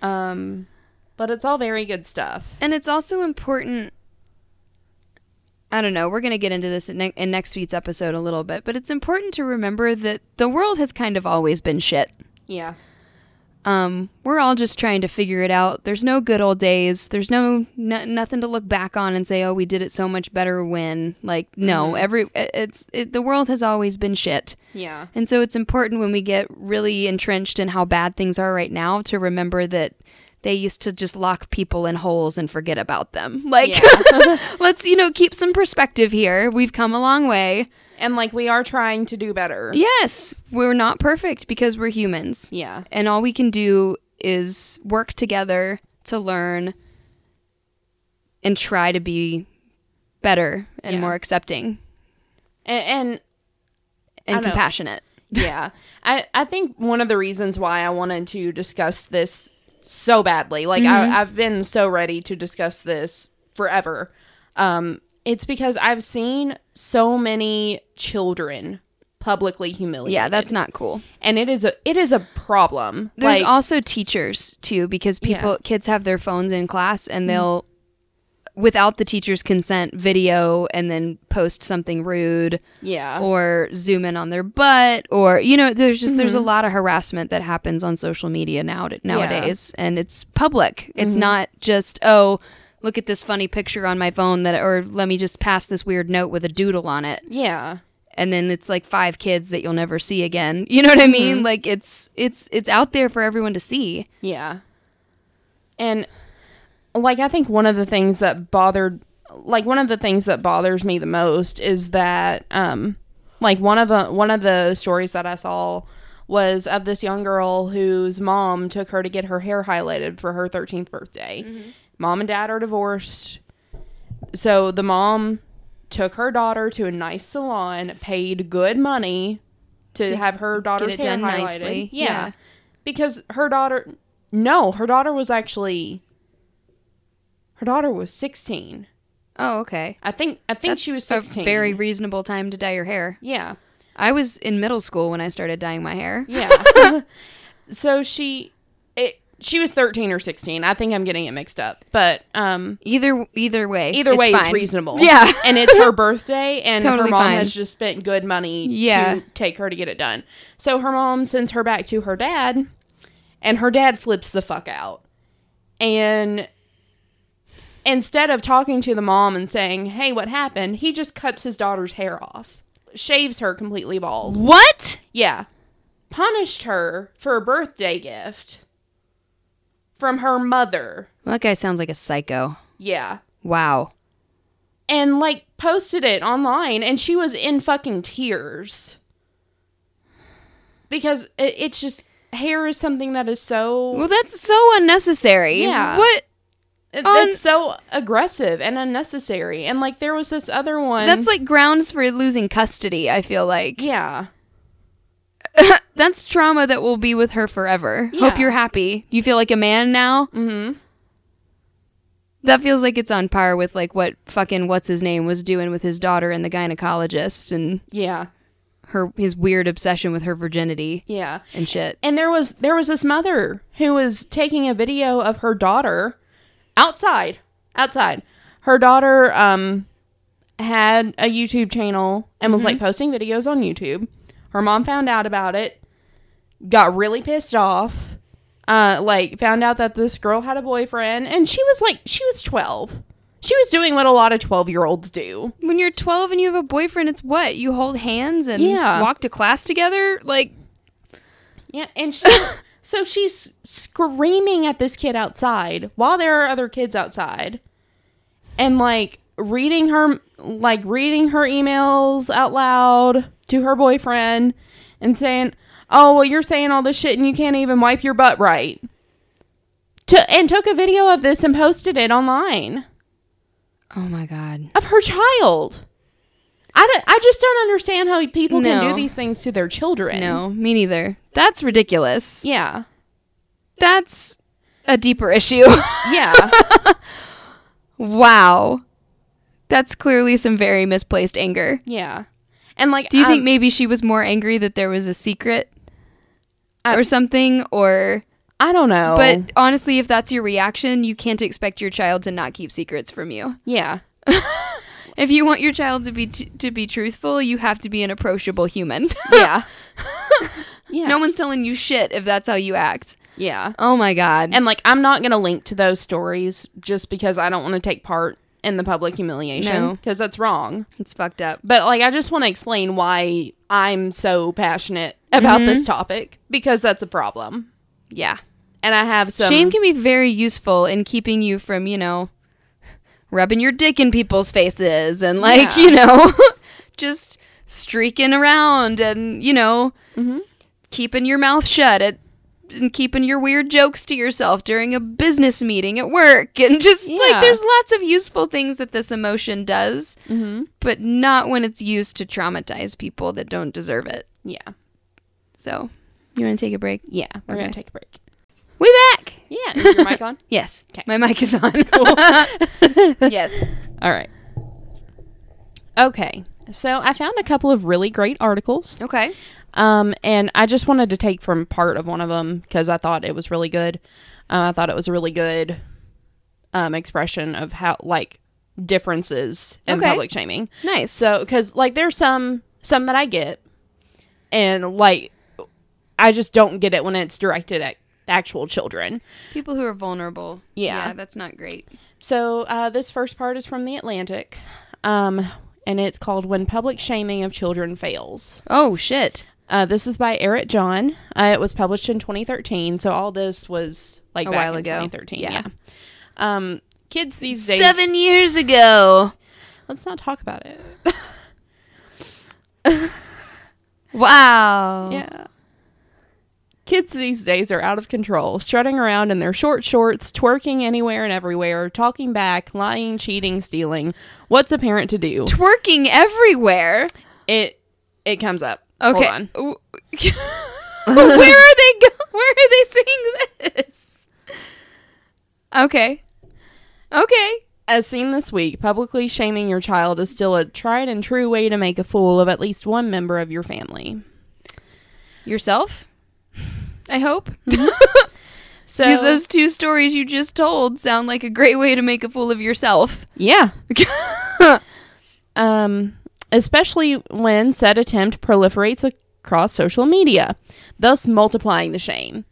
S2: Um, but it's all very good stuff.
S1: And it's also important. I don't know. We're going to get into this in, ne- in next week's episode a little bit, but it's important to remember that the world has kind of always been shit.
S2: Yeah.
S1: Um, we're all just trying to figure it out. There's no good old days. There's no n- nothing to look back on and say, "Oh, we did it so much better when." Like, no, every it- it's it, the world has always been shit.
S2: Yeah.
S1: And so it's important when we get really entrenched in how bad things are right now to remember that they used to just lock people in holes and forget about them. Like, let's, you know, keep some perspective here. We've come a long way.
S2: And like we are trying to do better.
S1: Yes, we're not perfect because we're humans.
S2: Yeah.
S1: And all we can do is work together to learn and try to be better and
S2: Yeah.
S1: more accepting
S2: And, and
S1: and
S2: I know.
S1: compassionate.
S2: yeah, I, I think one of the reasons why I wanted to discuss this so badly, like
S1: Mm-hmm.
S2: I, I've been so ready to discuss this forever, um, it's because I've seen so many children publicly humiliated.
S1: Yeah, that's not cool.
S2: and it is a it is a problem.
S1: There's
S2: like,
S1: also teachers too, because people
S2: Yeah. Mm-hmm.
S1: kids have their phones in class and they'll without the teacher's consent video and then post something rude
S2: yeah,
S1: or zoom in on their butt or you know there's just
S2: Mm-hmm.
S1: there's a lot of harassment that happens on social media now nowadays and it's public it's
S2: Mm-hmm.
S1: not just oh look at this funny picture on my phone that or let me just pass this weird note with a doodle on it
S2: yeah,
S1: and then it's like five kids that you'll never see again you know what i mean
S2: Mm-hmm.
S1: like it's it's it's out there for everyone to see
S2: yeah, and like I think one of the things that bothered, like one of the things that bothers me the most is that, um, like one of the one of the stories that I saw was of this young girl whose mom took her to get her hair highlighted for her 13th birthday.
S1: Mm-hmm.
S2: Mom and dad are divorced. So the mom took her daughter to a nice salon, paid good money to, have her daughter's
S1: it
S2: hair
S1: done
S2: highlighted.
S1: nicely,
S2: Yeah.
S1: yeah.
S2: Because her daughter no, her daughter was actually her daughter was 16.
S1: oh okay
S2: I think I think she was 16.
S1: a very reasonable time to dye your hair
S2: Yeah.
S1: i was in middle school when i started dyeing my hair
S2: Yeah. so she it, she was 13 or 16. I think I'm getting it mixed up. But um
S1: either either way
S2: either way it's
S1: fine.
S2: reasonable.
S1: Yeah.
S2: and it's her birthday and
S1: Totally
S2: her mom
S1: fine.
S2: has just spent good money
S1: Yeah.
S2: to take her to get it done. So her mom sends her back to her dad and her dad flips the fuck out. And instead of talking to the mom and saying, "Hey, what happened?" he just cuts his daughter's hair off. Shaves her completely bald.
S1: what
S2: Yeah. Punished her for a birthday gift from her mother.
S1: Well, that guy sounds like a psycho.
S2: Yeah.
S1: Wow.
S2: And like posted it online and she was in fucking tears. Because it, it's just hair is something that is so
S1: Well, that's so unnecessary.
S2: Yeah.
S1: What?
S2: it-
S1: on-
S2: that's so aggressive and unnecessary. And like there was this other one.
S1: That's like grounds for losing custody, I feel like.
S2: yeah.
S1: That's trauma that will be with her forever. Hope
S2: Yeah.
S1: you're happy. You feel like a man now?
S2: Mhm.
S1: That feels like it's on par with like what fucking what's his name was doing with his daughter and the gynecologist and
S2: Yeah.
S1: her his weird obsession with her virginity
S2: Yeah.
S1: and shit.
S2: and there was there was this mother who was taking a video of her daughter outside outside her daughter um had a youtube channel and was like posting videos on youtube her mom found out about it got really pissed off uh like found out that this girl had a boyfriend and she was like she was 12 she was doing what a lot of 12 year olds do
S1: When you're 12 and you have a boyfriend, it's what? You hold hands and
S2: Yeah.
S1: walk to class together? Like
S2: Yeah, and she, so she's screaming at this kid outside while there are other kids outside, and like reading her like reading her emails out loud to her boyfriend, and saying, "Oh, well, you're saying all this shit and you can't even wipe your butt right." To, and took a video of this and posted it online
S1: Oh my god.
S2: of her child. I, don't, I just don't understand how people can
S1: No.
S2: do these things to their children.
S1: No, me neither. That's ridiculous.
S2: Yeah.
S1: That's a deeper issue.
S2: Yeah.
S1: wow. That's clearly some very misplaced anger.
S2: yeah. And like,
S1: Do you
S2: I'm-
S1: think maybe she was more angry that there was a secret
S2: I-
S1: or something or
S2: I don't know.
S1: but honestly if that's your reaction, you can't expect your child to not keep secrets from you.
S2: yeah.
S1: If you want your child to be t- to be truthful, you have to be an approachable human.
S2: Yeah. yeah.
S1: no one's telling you shit if that's how you act.
S2: Yeah.
S1: Oh my god.
S2: And like, I'm not going to link to those stories just because I don't want to take part in the public humiliation
S1: No.
S2: because that's wrong.
S1: it's fucked up.
S2: But like, I just want to explain why I'm so passionate about this
S1: Mm-hmm.
S2: topic because that's a problem.
S1: Yeah.
S2: And I have some.
S1: Shame can be very useful in keeping you from, you know, rubbing your dick in people's faces and like,
S2: Yeah.
S1: you know, just streaking around and, you know,
S2: Mm-hmm.
S1: keeping your mouth shut at and keeping your weird jokes to yourself during a business meeting at work and just
S2: Yeah.
S1: like there's lots of useful things that this emotion does
S2: Mm-hmm.
S1: but not when it's used to traumatize people that don't deserve it
S2: yeah.
S1: so you want to take a break
S2: Yeah. We're going
S1: Okay.
S2: to take a break.
S1: we back
S2: Yeah. Is your mic on?
S1: Yes.
S2: 'Kay.
S1: My mic is on. yes.
S2: All right. Okay. So I found a couple of really great articles.
S1: Okay.
S2: Um, and I just wanted to take from part of one of them because I thought it was really good. Uh, I thought it was a really good um, expression of how like differences in
S1: Okay.
S2: public shaming.
S1: Nice.
S2: So because like there's some some that I get, and like I just don't get it when it's directed at actual children.
S1: people who are vulnerable.
S2: Yeah.
S1: that's not great.
S2: So uh, this first part is from the Atlantic, um, and it's called "When Public Shaming of Children Fails."
S1: Oh shit.
S2: Uh, this is by Eric John. Uh, it was published in 2013, so all this was like
S1: A
S2: back
S1: while
S2: in
S1: ago.
S2: 2013. Yeah.
S1: Yeah.
S2: Um, kids these days.
S1: Seven years ago.
S2: Let's not talk about it.
S1: Wow.
S2: yeah. Kids these days are out of control, strutting around in their short shorts, twerking anywhere and everywhere, talking back, lying, cheating, stealing. What's a parent to do?
S1: Twerking everywhere.
S2: It it comes up.
S1: Okay.
S2: Hold on.
S1: W- Where are they go- Where are they seeing this? Okay. Okay.
S2: As seen this week, publicly shaming your child is still a tried and true way to make a fool of at least one member of your family.
S1: Yourself? I hope.
S2: Mm-hmm. So
S1: Because those two stories you just told sound like a great way to make a fool of yourself.
S2: yeah, um, especially when said attempt proliferates across social media, thus multiplying the shame.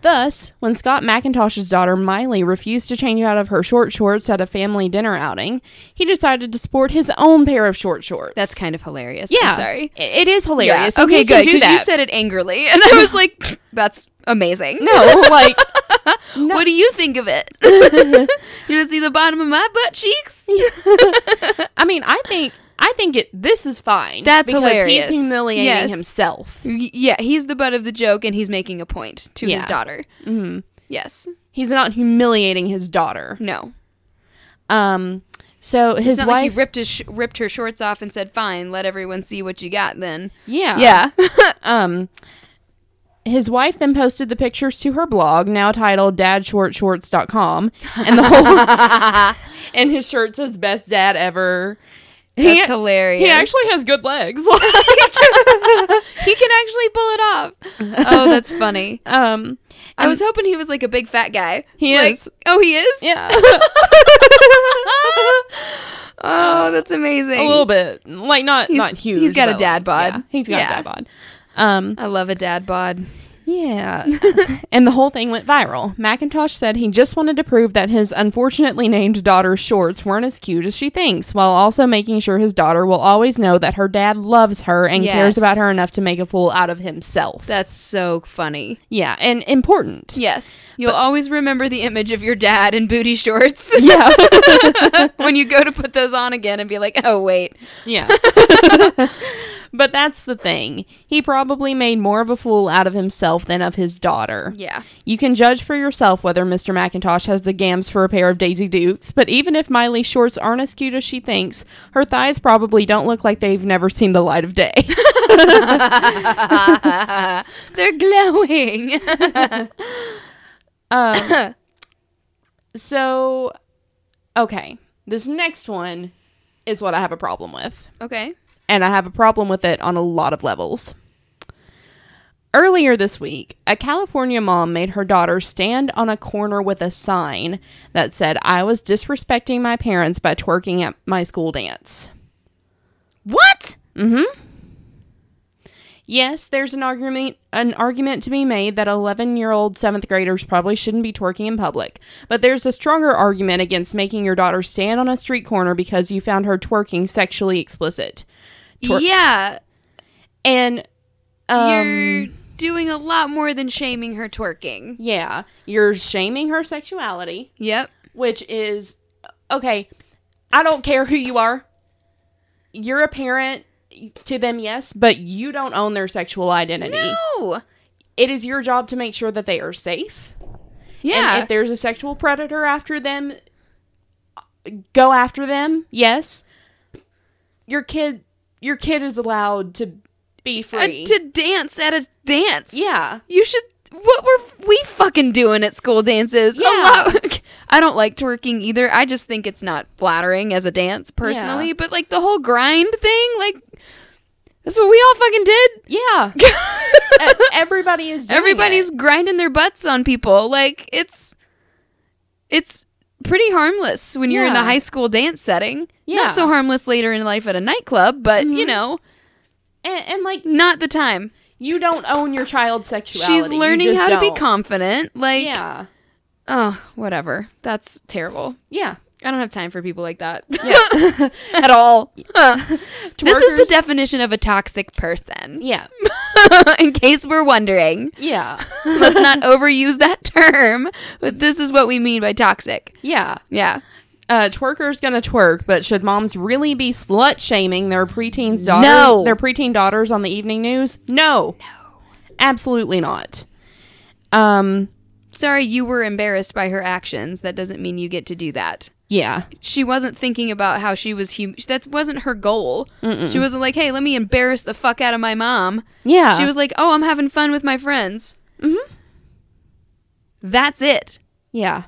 S2: Thus, when Scott McIntosh's daughter Miley refused to change out of her short shorts at a family dinner outing, he decided to sport his own pair of short shorts.
S1: That's kind of hilarious.
S2: yeah,
S1: I'm sorry.
S2: I- it is
S1: Yeah.
S2: hilarious. and
S1: Okay,
S2: he can
S1: good.
S2: do
S1: Because you
S2: that.
S1: said it angrily, and I was like, "That's amazing."
S2: no, like no.
S1: What do you think of it? you don't see the bottom of my butt cheeks?
S2: I mean, I think I think it. This is fine.
S1: That's
S2: because
S1: hilarious.
S2: He's humiliating
S1: Yes.
S2: himself.
S1: Y- Yeah, he's the butt of the joke, and he's making a point to his
S2: Yeah.
S1: daughter. Mm-hmm. Yes.
S2: He's not humiliating his daughter.
S1: No.
S2: Um. So
S1: It's
S2: his
S1: not like
S2: wife.
S1: he ripped his sh- ripped her shorts off and said, "Fine, let everyone see what you got." Then.
S2: yeah.
S1: Yeah.
S2: Um. His wife then posted the pictures to her blog, now titled dadshortshorts.com, and the whole and his shirt says "Best Dad Ever."
S1: That's
S2: he,
S1: hilarious.
S2: he actually has good legs.
S1: he can actually pull it off. Oh, that's funny.
S2: um.
S1: I was hoping he was like a big fat guy.
S2: He
S1: Like-
S2: is.
S1: Oh, he is.
S2: Yeah.
S1: Oh, that's amazing.
S2: a little bit, like not not huge.
S1: he's got a
S2: but, like,
S1: dad bod.
S2: yeah, he's got
S1: Yeah.
S2: a dad bod. Um,
S1: I love a dad bod.
S2: Yeah. and the whole thing went viral. McIntosh said he just wanted to prove that his unfortunately named daughter's shorts weren't as cute as she thinks, while also making sure his daughter will always know that her dad loves her and
S1: Yes.
S2: cares about her enough to make a fool out of himself.
S1: That's so funny.
S2: yeah, and important.
S1: Yes. You'll always remember the image of your dad in booty shorts
S2: Yeah.
S1: when when you go to put those on again and be like, oh, wait.
S2: Yeah. but that's the thing. He probably made more of a fool out of himself than of his daughter.
S1: Yeah.
S2: You can judge for yourself whether Mr. McIntosh has the gams for a pair of Daisy Dukes, but even if Miley's shorts aren't as cute as she thinks, her thighs probably don't look like they've never seen the light of day.
S1: They're glowing.
S2: Um, so, okay. This next one is what I have a problem with.
S1: okay.
S2: and I have a problem with it on a lot of levels. Earlier this week, a California mom made her daughter stand on a corner with a sign that said, I was disrespecting my parents by twerking at my school dance.
S1: What?
S2: Yes, there's an argument an argument to be made that 11-year-old 7th graders probably shouldn't be twerking in public, but there's a stronger argument against making your daughter stand on a street corner because you found her twerking sexually explicit. Twerk.
S1: Yeah.
S2: And um,
S1: you're doing a lot more than shaming her twerking.
S2: Yeah, you're shaming her sexuality,
S1: Yep.
S2: which is okay. I don't care who you are. You're a parent to them, yes, but you don't own their sexual identity.
S1: No.
S2: It is your job to make sure that they are safe. And
S1: Yeah.
S2: if there's a sexual predator after them, go after them. Yes. Your kid your kid is allowed to be free.
S1: Uh, to dance at a dance.
S2: yeah.
S1: You should. What were we fucking doing at school dances? A
S2: Yeah.
S1: lot- I don't like twerking either. I just think it's not flattering as a dance personally.
S2: Yeah.
S1: But like the whole grind thing, like that's what we all fucking did.
S2: Yeah. E- Everybody is doing it.
S1: Everybody's grinding their butts on people. Like it's it's pretty harmless when you're in a
S2: Yeah.
S1: high school dance setting.
S2: Yeah. Mm-hmm.
S1: Not so harmless later in life at a nightclub, but you know,
S2: and, and like
S1: not the time.
S2: you don't own your child's sexuality.
S1: She's
S2: You
S1: learning
S2: just
S1: how to be
S2: don't.
S1: confident. Like
S2: Yeah.
S1: oh, whatever. That's terrible.
S2: Yeah.
S1: I don't have time for people like that.
S2: Yeah.
S1: at all. this is the
S2: Twerkers-
S1: definition of a toxic person.
S2: yeah.
S1: in case we're wondering.
S2: Yeah.
S1: Let's not overuse that term, but this is what we mean by toxic.
S2: Yeah.
S1: Yeah.
S2: Uh, twerker's gonna twerk, but should moms really be slut shaming their preteens daughters?
S1: No.
S2: Their preteen daughters on the evening news? No. No. Absolutely not. Um.
S1: Sorry, you were embarrassed by her actions. That doesn't mean you get to do that.
S2: Yeah.
S1: She wasn't thinking about how she was human. That wasn't her goal. She wasn't like, hey, let me embarrass the fuck out of my mom.
S2: Yeah.
S1: She was like, oh, I'm having fun with my friends.
S2: Mhm.
S1: That's it.
S2: Yeah.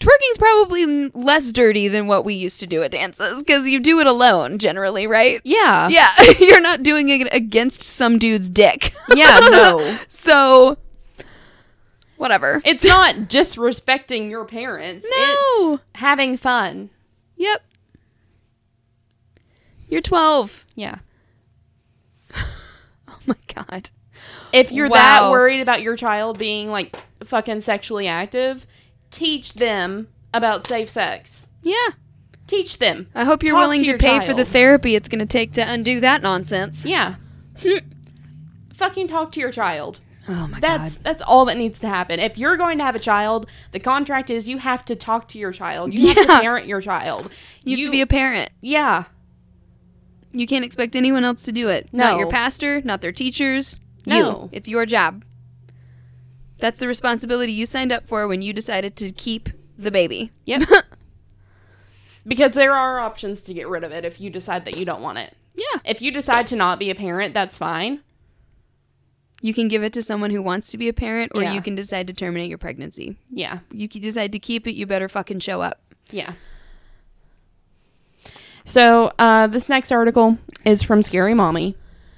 S1: Twerking's probably n- less dirty than what we used to do at dances because you do it alone generally, right?
S2: Yeah.
S1: Yeah, you're not doing it against some dude's dick.
S2: Yeah, no.
S1: so, whatever.
S2: It's not disrespecting your parents.
S1: No.
S2: It's having fun.
S1: Yep. You're 12.
S2: Yeah.
S1: Oh my god.
S2: If you're
S1: Wow.
S2: that worried about your child being like fucking sexually active, teach them about safe sex.
S1: Yeah.
S2: Teach them.
S1: I hope you're
S2: Talk
S1: willing
S2: to
S1: to,
S2: your
S1: pay for the
S2: child.
S1: therapy it's going to take to undo that nonsense.
S2: Yeah. Hmm. fucking talk to your child.
S1: Oh my
S2: That's that's all that needs to happen. If you're going to have a child, the contract is you have to talk to your child. You have to
S1: Yeah.
S2: parent your child.
S1: You have to be a parent.
S2: Yeah.
S1: You can't expect anyone else to do it. Not
S2: No.
S1: your pastor, not their teachers. You.
S2: No.
S1: It's your job. That's the responsibility you signed up for when you decided to keep the baby.
S2: Yep. because there are options to get rid of it if you decide that you don't want it.
S1: Yeah.
S2: If you decide to not be a parent, that's fine.
S1: You can give it to someone who wants to be a parent, or
S2: Yeah.
S1: you can decide to terminate your pregnancy.
S2: Yeah.
S1: You can decide to keep it, you better fucking show up.
S2: Yeah. So uh, this next article is from Scary Mommy.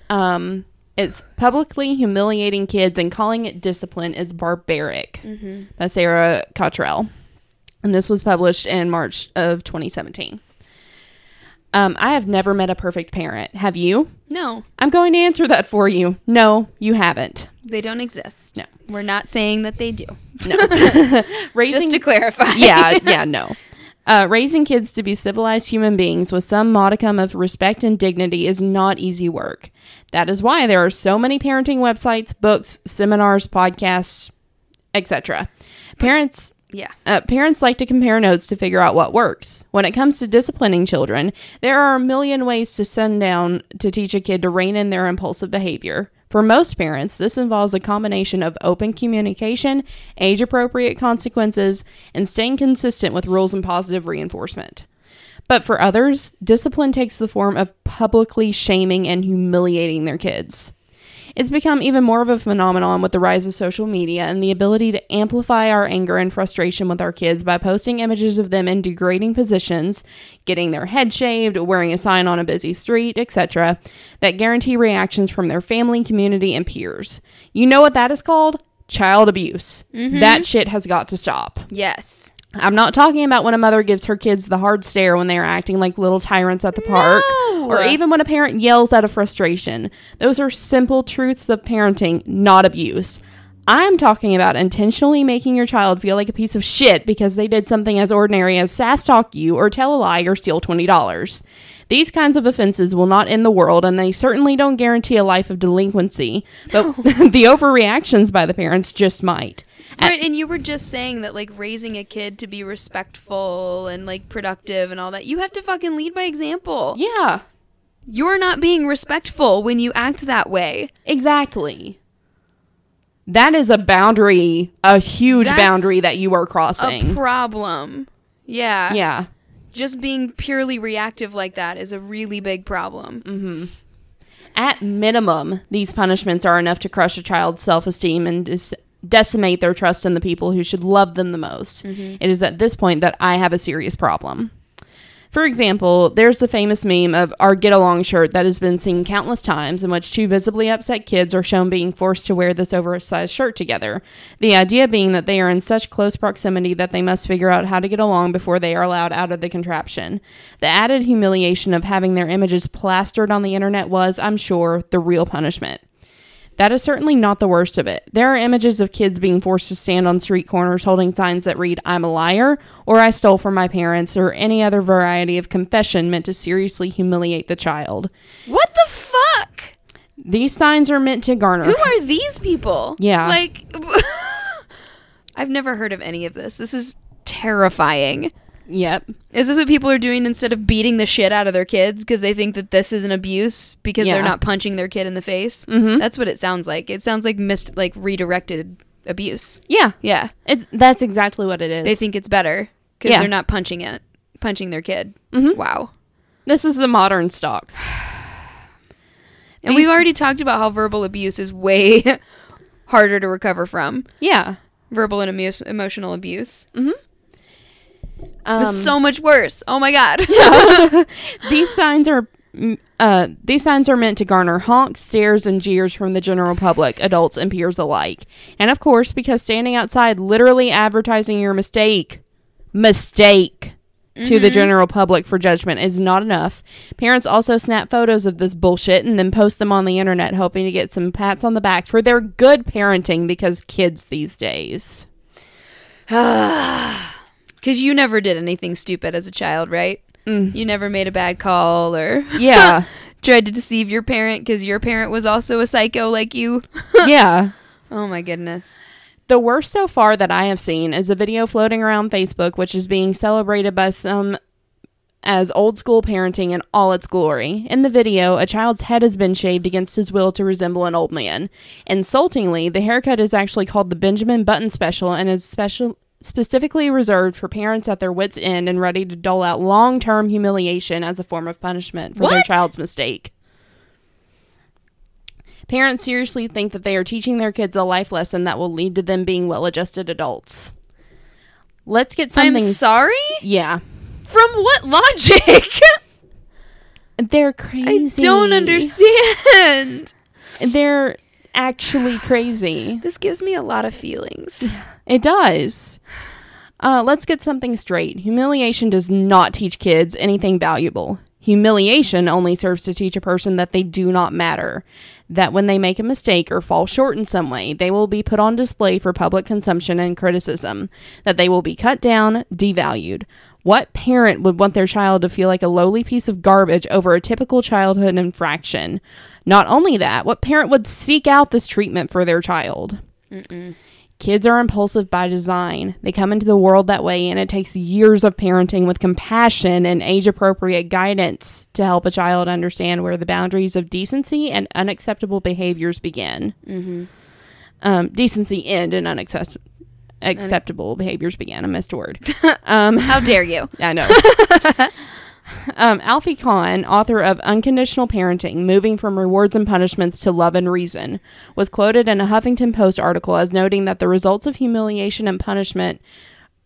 S2: Um, it's publicly humiliating kids and calling it discipline is barbaric
S1: Mm-hmm.
S2: by Sarah Cottrell, and this was published in March of 2017. Um, I have never met a perfect parent. Have you?
S1: No,
S2: I'm going to answer that for you. No, you haven't.
S1: they don't exist.
S2: No.
S1: We're not saying that they do.
S2: No. Raising
S1: Just to clarify.
S2: yeah, yeah, no. Uh, raising kids to be civilized human beings with some modicum of respect and dignity is not easy work. That is why there are so many parenting websites, books, seminars, podcasts, etc. Parents,
S1: Yeah.
S2: Uh, parents like to compare notes to figure out what works. When it comes to disciplining children, there are a million ways to sundown to teach a kid to rein in their impulsive behavior. For most parents, this involves a combination of open communication, age appropriate consequences, and staying consistent with rules and positive reinforcement. But for others, discipline takes the form of publicly shaming and humiliating their kids. It's become even more of a phenomenon with the rise of social media and the ability to amplify our anger and frustration with our kids by posting images of them in degrading positions, getting their head shaved, wearing a sign on a busy street, etc., that guarantee reactions from their family, community, and peers. You know what that is called? Child abuse. That shit has got to stop.
S1: Yes.
S2: I'm not talking about when a mother gives her kids the hard stare when they are acting like little tyrants at the park,
S1: No.
S2: or even when a parent yells out of frustration. Those are simple truths of parenting, not abuse. I'm talking about intentionally making your child feel like a piece of shit because they did something as ordinary as sass talk you or tell a lie or steal $20. These kinds of offenses will not end the world and they certainly don't guarantee a life of delinquency, but the overreactions by the parents just might.
S1: Right, and you were just saying that like raising a kid to be respectful and like productive and all that, you have to fucking lead by example.
S2: Yeah,
S1: You're not being respectful when you act that way.
S2: Exactly. That is a boundary, a huge
S1: That's
S2: boundary that you are
S1: A
S2: crossing.
S1: problem. Yeah.
S2: yeah.
S1: Just being purely reactive like that is a really big problem.
S2: At minimum, these punishments are enough to crush a child's self esteem and dis- decimate their trust in the people who should love them the most.
S1: Mm-hmm.
S2: It is at this point that I have a serious problem. For example, there's the famous meme of our get along shirt that has been seen countless times, in which two visibly upset kids are shown being forced to wear this oversized shirt together. The idea being that they are in such close proximity that they must figure out how to get along before they are allowed out of the contraption. The added humiliation of having their images plastered on the internet was, I'm sure, the real punishment. That is certainly not the worst of it. There are images of kids being forced to stand on street corners holding signs that read, I'm a liar, or I stole from my parents, or any other variety of confession meant to seriously humiliate the child.
S1: What the fuck?
S2: These signs are meant to garner.
S1: Who are these people?
S2: Yeah.
S1: Like I've never heard of any of this. This is terrifying.
S2: Yep.
S1: Is this what people are doing instead of beating the shit out of their kids because they think that this is an abuse because
S2: Yeah.
S1: they're not punching their kid in the face? Mm-hmm. That's what it sounds like. It sounds like missed, like redirected abuse.
S2: Yeah.
S1: Yeah,
S2: It's that's exactly what it is.
S1: they think it's better because
S2: Yeah. Mm-hmm.
S1: they're not punching it, punching their kid. Wow.
S2: this is the modern stocks.
S1: And
S2: These-
S1: we've already talked about how verbal abuse is way harder to recover from
S2: Yeah.
S1: verbal and emo- emotional abuse.
S2: Um,
S1: It's so much worse. Oh my god.
S2: these signs are mm, uh, these signs are meant to garner honks, stares, and jeers from the general public, adults and peers alike. And of course, because standing outside literally advertising your mistake, mistake to the general public for judgment is not enough. Parents also snap photos of this bullshit and then post them on the internet, hoping to get some pats on the back for their good parenting because kids these days.
S1: Because you never did anything stupid as a child, right?
S2: Mm.
S1: You never made a bad call or
S2: Yeah.
S1: tried to deceive your parent because your parent was also a psycho like you.
S2: yeah.
S1: oh my goodness.
S2: The worst so far that I have seen is a video floating around Facebook, which is being celebrated by some as old school parenting in all its glory. In the video, a child's head has been shaved against his will to resemble an old man. Insultingly, the haircut is actually called the Benjamin Button Special and is special specifically reserved for parents at their wits' end and ready to dole out long-term humiliation as a form of punishment for their
S1: What?
S2: child's mistake. Parents seriously think that they are teaching their kids a life lesson that will lead to them being well-adjusted adults. Let's get something
S1: I'm sorry?
S2: Yeah.
S1: From what logic?
S2: They're
S1: I
S2: crazy.
S1: don't understand.
S2: They're actually crazy.
S1: This gives me a lot of feelings.
S2: It does. Uh, let's get something straight. Humiliation does not teach kids anything valuable. Humiliation only serves to teach a person that they do not matter, that when they make a mistake or fall short in some way, they will be put on display for public consumption and criticism, that they will be cut down, devalued. What parent would want their child to feel like a lowly piece of garbage over a typical childhood infraction? Not only that, what parent would seek out this treatment for their child? Kids are impulsive by design. They come into the world that way, and it takes years of parenting with compassion and age appropriate guidance to help a child understand where the boundaries of decency and unacceptable behaviors begin. Um, decency end and unacceptable acceptable behaviors begin. I missed a word. um,
S1: How dare you?
S2: I know. um, Alfie Kahn, author of Unconditional Parenting Moving from Rewards and Punishments to Love and Reason, was quoted in a Huffington Post article as noting that the results of humiliation and punishment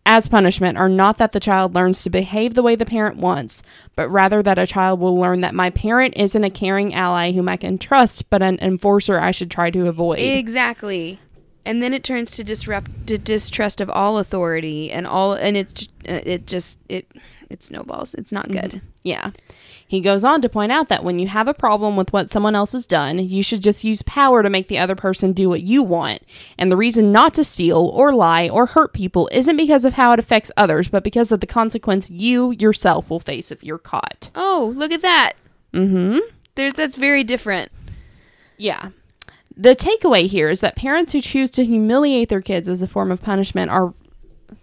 S2: as punishment are not that the child learns to behave the way the parent wants, but rather that a child will learn that my parent isn't a caring ally whom I can trust, but an enforcer I should try to avoid.
S1: Exactly. And then it turns to disrupt to distrust of all authority and all and it j- uh, it just it it snowballs. It's not good.
S2: Yeah. He goes on to point out that when you have a problem with what someone else has done, you should just use power to make the other person do what you want. And the reason not to steal or lie or hurt people isn't because of how it affects others, but because of the consequence you yourself will face if you're caught.
S1: Oh, look at that. Mm-hmm.
S2: Mm hmm.
S1: There's that's very different.
S2: Yeah. The takeaway here is that parents who choose to humiliate their kids as a form of punishment are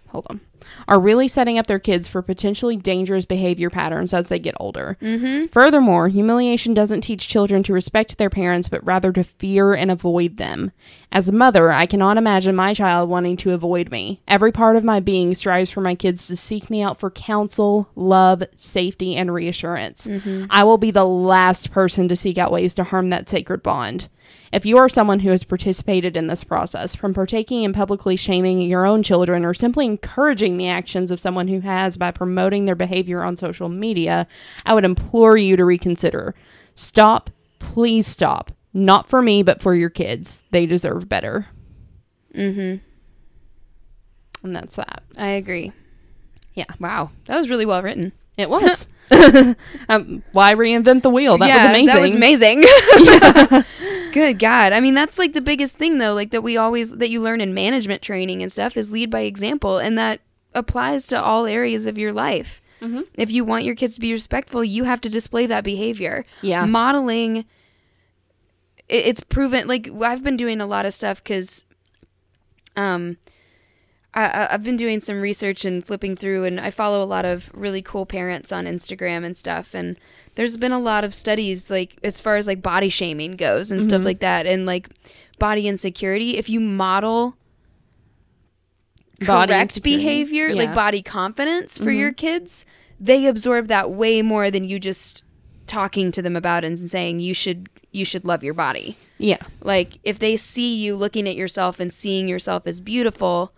S2: hold on are really setting up their kids for potentially dangerous behavior patterns as they get older. Mm-hmm. Furthermore, humiliation doesn't teach children to respect their parents, but rather to fear and avoid them. As a mother, I cannot imagine my child wanting to avoid me. Every part of my being strives for my kids to seek me out for counsel, love, safety, and reassurance. I will be the last person to seek out ways to harm that sacred bond. If you are someone who has participated in this process, from partaking in publicly shaming your own children or simply encouraging the actions of someone who has by promoting their behavior on social media, I would implore you to reconsider. Stop. Please stop. Not for me, but for your kids. They deserve better.
S1: Mhm.
S2: And that's that.
S1: I agree.
S2: Yeah.
S1: Wow. That was really well written.
S2: It was. um, why reinvent the wheel? That was amazing.
S1: That was amazing. Good God. I mean, that's like the biggest thing, though, like that we always, that you learn in management training and stuff is lead by example. And that applies to all areas of your life. If you want your kids to be respectful, you have to display that behavior.
S2: Yeah.
S1: Modeling, i- it's proven. Like, I've been doing a lot of stuff because, um, I, I- I've been doing some research and flipping through, and I follow a lot of really cool parents on Instagram and stuff. And there's been a lot of studies, like as far as like body shaming goes and stuff like that, and like body insecurity. If you model
S2: Body
S1: correct
S2: insecurity.
S1: behavior, like
S2: Yeah. Mm-hmm.
S1: body confidence for your kids, they absorb that way more than you just talking to them about it and saying you should you should love your body.
S2: Yeah.
S1: Like if they see you looking at yourself and seeing yourself as beautiful,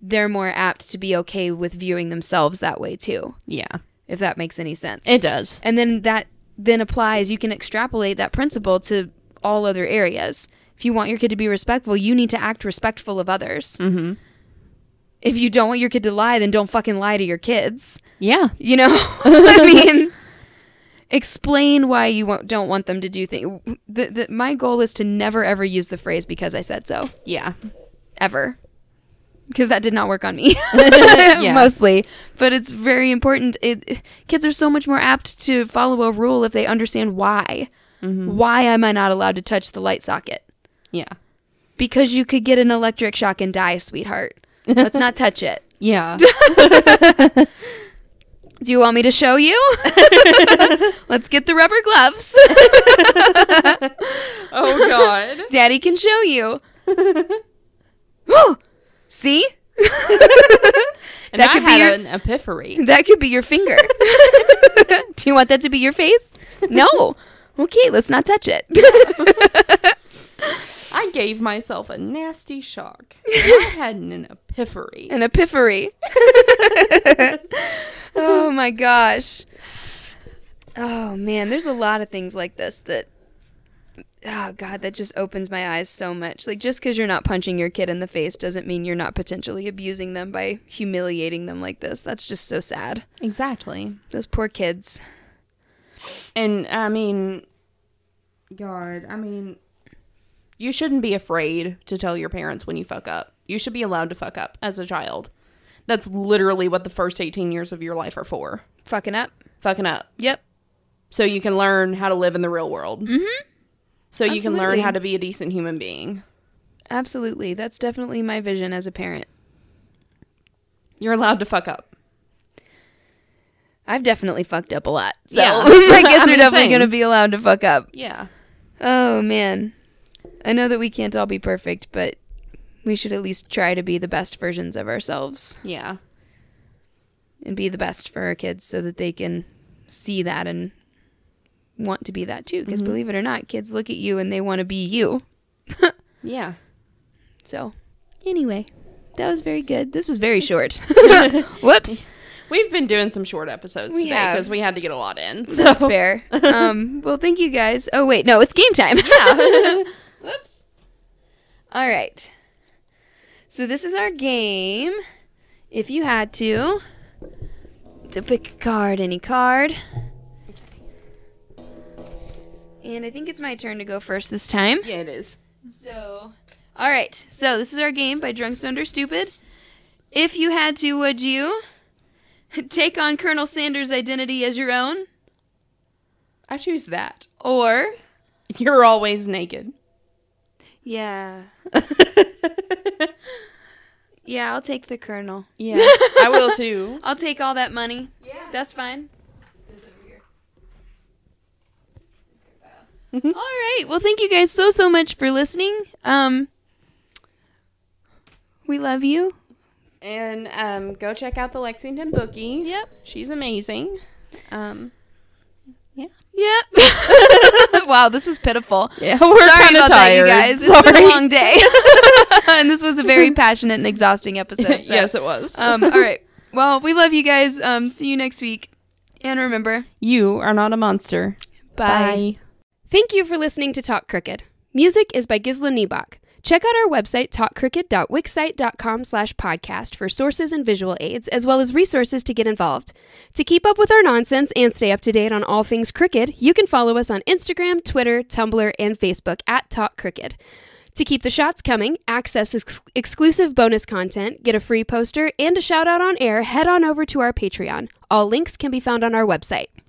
S1: they're more apt to be okay with viewing themselves that way too,
S2: Yeah.
S1: if that makes any sense.
S2: It does.
S1: And then that then applies, you can extrapolate that principle to all other areas. If you want your kid to be respectful, you need to act respectful of others. Mm-hmm. If you don't want your kid to lie, then don't fucking lie to your kids.
S2: Yeah.
S1: You know, I mean, explain why you won't, don't want them to do things. The, the, my goal is to never ever use the phrase because I said so,
S2: Yeah.
S1: ever. Because that did not work on me
S2: Yeah.
S1: mostly, but it's very important. It, kids are so much more apt to follow a rule if they understand why. Why am I not allowed to touch the light socket?
S2: Yeah.
S1: Because you could get an electric shock and die, sweetheart. Let's not touch it.
S2: Yeah.
S1: Do you want me to show you? Let's get the rubber gloves.
S2: oh God.
S1: Daddy can show you. Whew! See?
S2: And
S1: That
S2: I
S1: could be
S2: had
S1: your-
S2: an epiphany.
S1: That could be your finger. Do you want that to be your face? No. Okay, let's not touch it.
S2: I gave myself a nasty shock. And I had an epiphany.
S1: An epiphany. oh my gosh. Oh man, there's a lot of things like this that oh god, that just opens my eyes so much. Like just cuz you're not punching your kid in the face doesn't mean you're not potentially abusing them by humiliating them like this. That's just so sad.
S2: Exactly.
S1: Those poor kids.
S2: And I mean, God, I mean, you shouldn't be afraid to tell your parents when you fuck up. You should be allowed to fuck up as a child. That's literally what the first 18 years of your life are for
S1: Fucking up.
S2: fucking up.
S1: Yep.
S2: So you can learn how to live in the real world. Mm hmm. So you can learn
S1: Mm-hmm. Absolutely.
S2: how to be a decent human being.
S1: Absolutely. That's definitely my vision as a parent.
S2: You're allowed to fuck up.
S1: I've definitely fucked up a lot. So
S2: Yeah.
S1: my kids are
S2: I'm
S1: definitely
S2: saying.
S1: going to be allowed to fuck up.
S2: Yeah.
S1: Oh, man. I know that we can't all be perfect, but we should at least try to be the best versions of ourselves
S2: Yeah.
S1: and be the best for our kids so that they can see that and want to be that too. Because believe it or not, kids look at you and they want to be you.
S2: Yeah.
S1: So, anyway, that was very good. This was very short. Whoops.
S2: We've been doing some short episodes
S1: We
S2: today
S1: have.
S2: because we had to get a lot in. So.
S1: That's fair. Um, well, thank you guys. Oh, wait, no, it's game time.
S2: Yeah.
S1: Whoops. All right. So this is our game. If you had to, to pick a card, any card. And I think it's my turn to go first this time.
S2: Yeah, it is.
S1: So, all right. So this is our game by Drunks Under Stupid. If you had to, would you take on Colonel Sanders' identity as your own,
S2: I choose that.
S1: or
S2: You're always naked.
S1: yeah, yeah, I'll take the Colonel.
S2: yeah, I will too.
S1: I'll take all that money.
S2: Yeah.
S1: That's fine.
S2: Mhm.
S1: All right. Well, thank you guys so so much for listening. Um we love you.
S2: And um, go check out the Lexington Bookie.
S1: Yep.
S2: She's amazing. Um,
S1: Yep. wow, this was pitiful.
S2: yeah, we're
S1: Sorry
S2: kind of
S1: about that, you
S2: tired.
S1: guys. It's
S2: Sorry.
S1: been a long day. and this was a very passionate and exhausting episode. so,
S2: yes, it was.
S1: Um all right. Well, we love you guys. Um see you next week. And remember,
S2: You are not a monster.
S1: bye. Thank you for listening to Talk Crooked. Music is by Gisla Niebach. Check out our website, talkcrooked.wixsite.com slash podcast for sources and visual aids, as well as resources to get involved. To keep up with our nonsense and stay up to date on all things crooked, you can follow us on Instagram, Twitter, Tumblr, and Facebook at Talk Crooked. To keep the shots coming, access ex- exclusive bonus content, get a free poster, and a shout out on air, head on over to our Patreon. All links can be found on our website.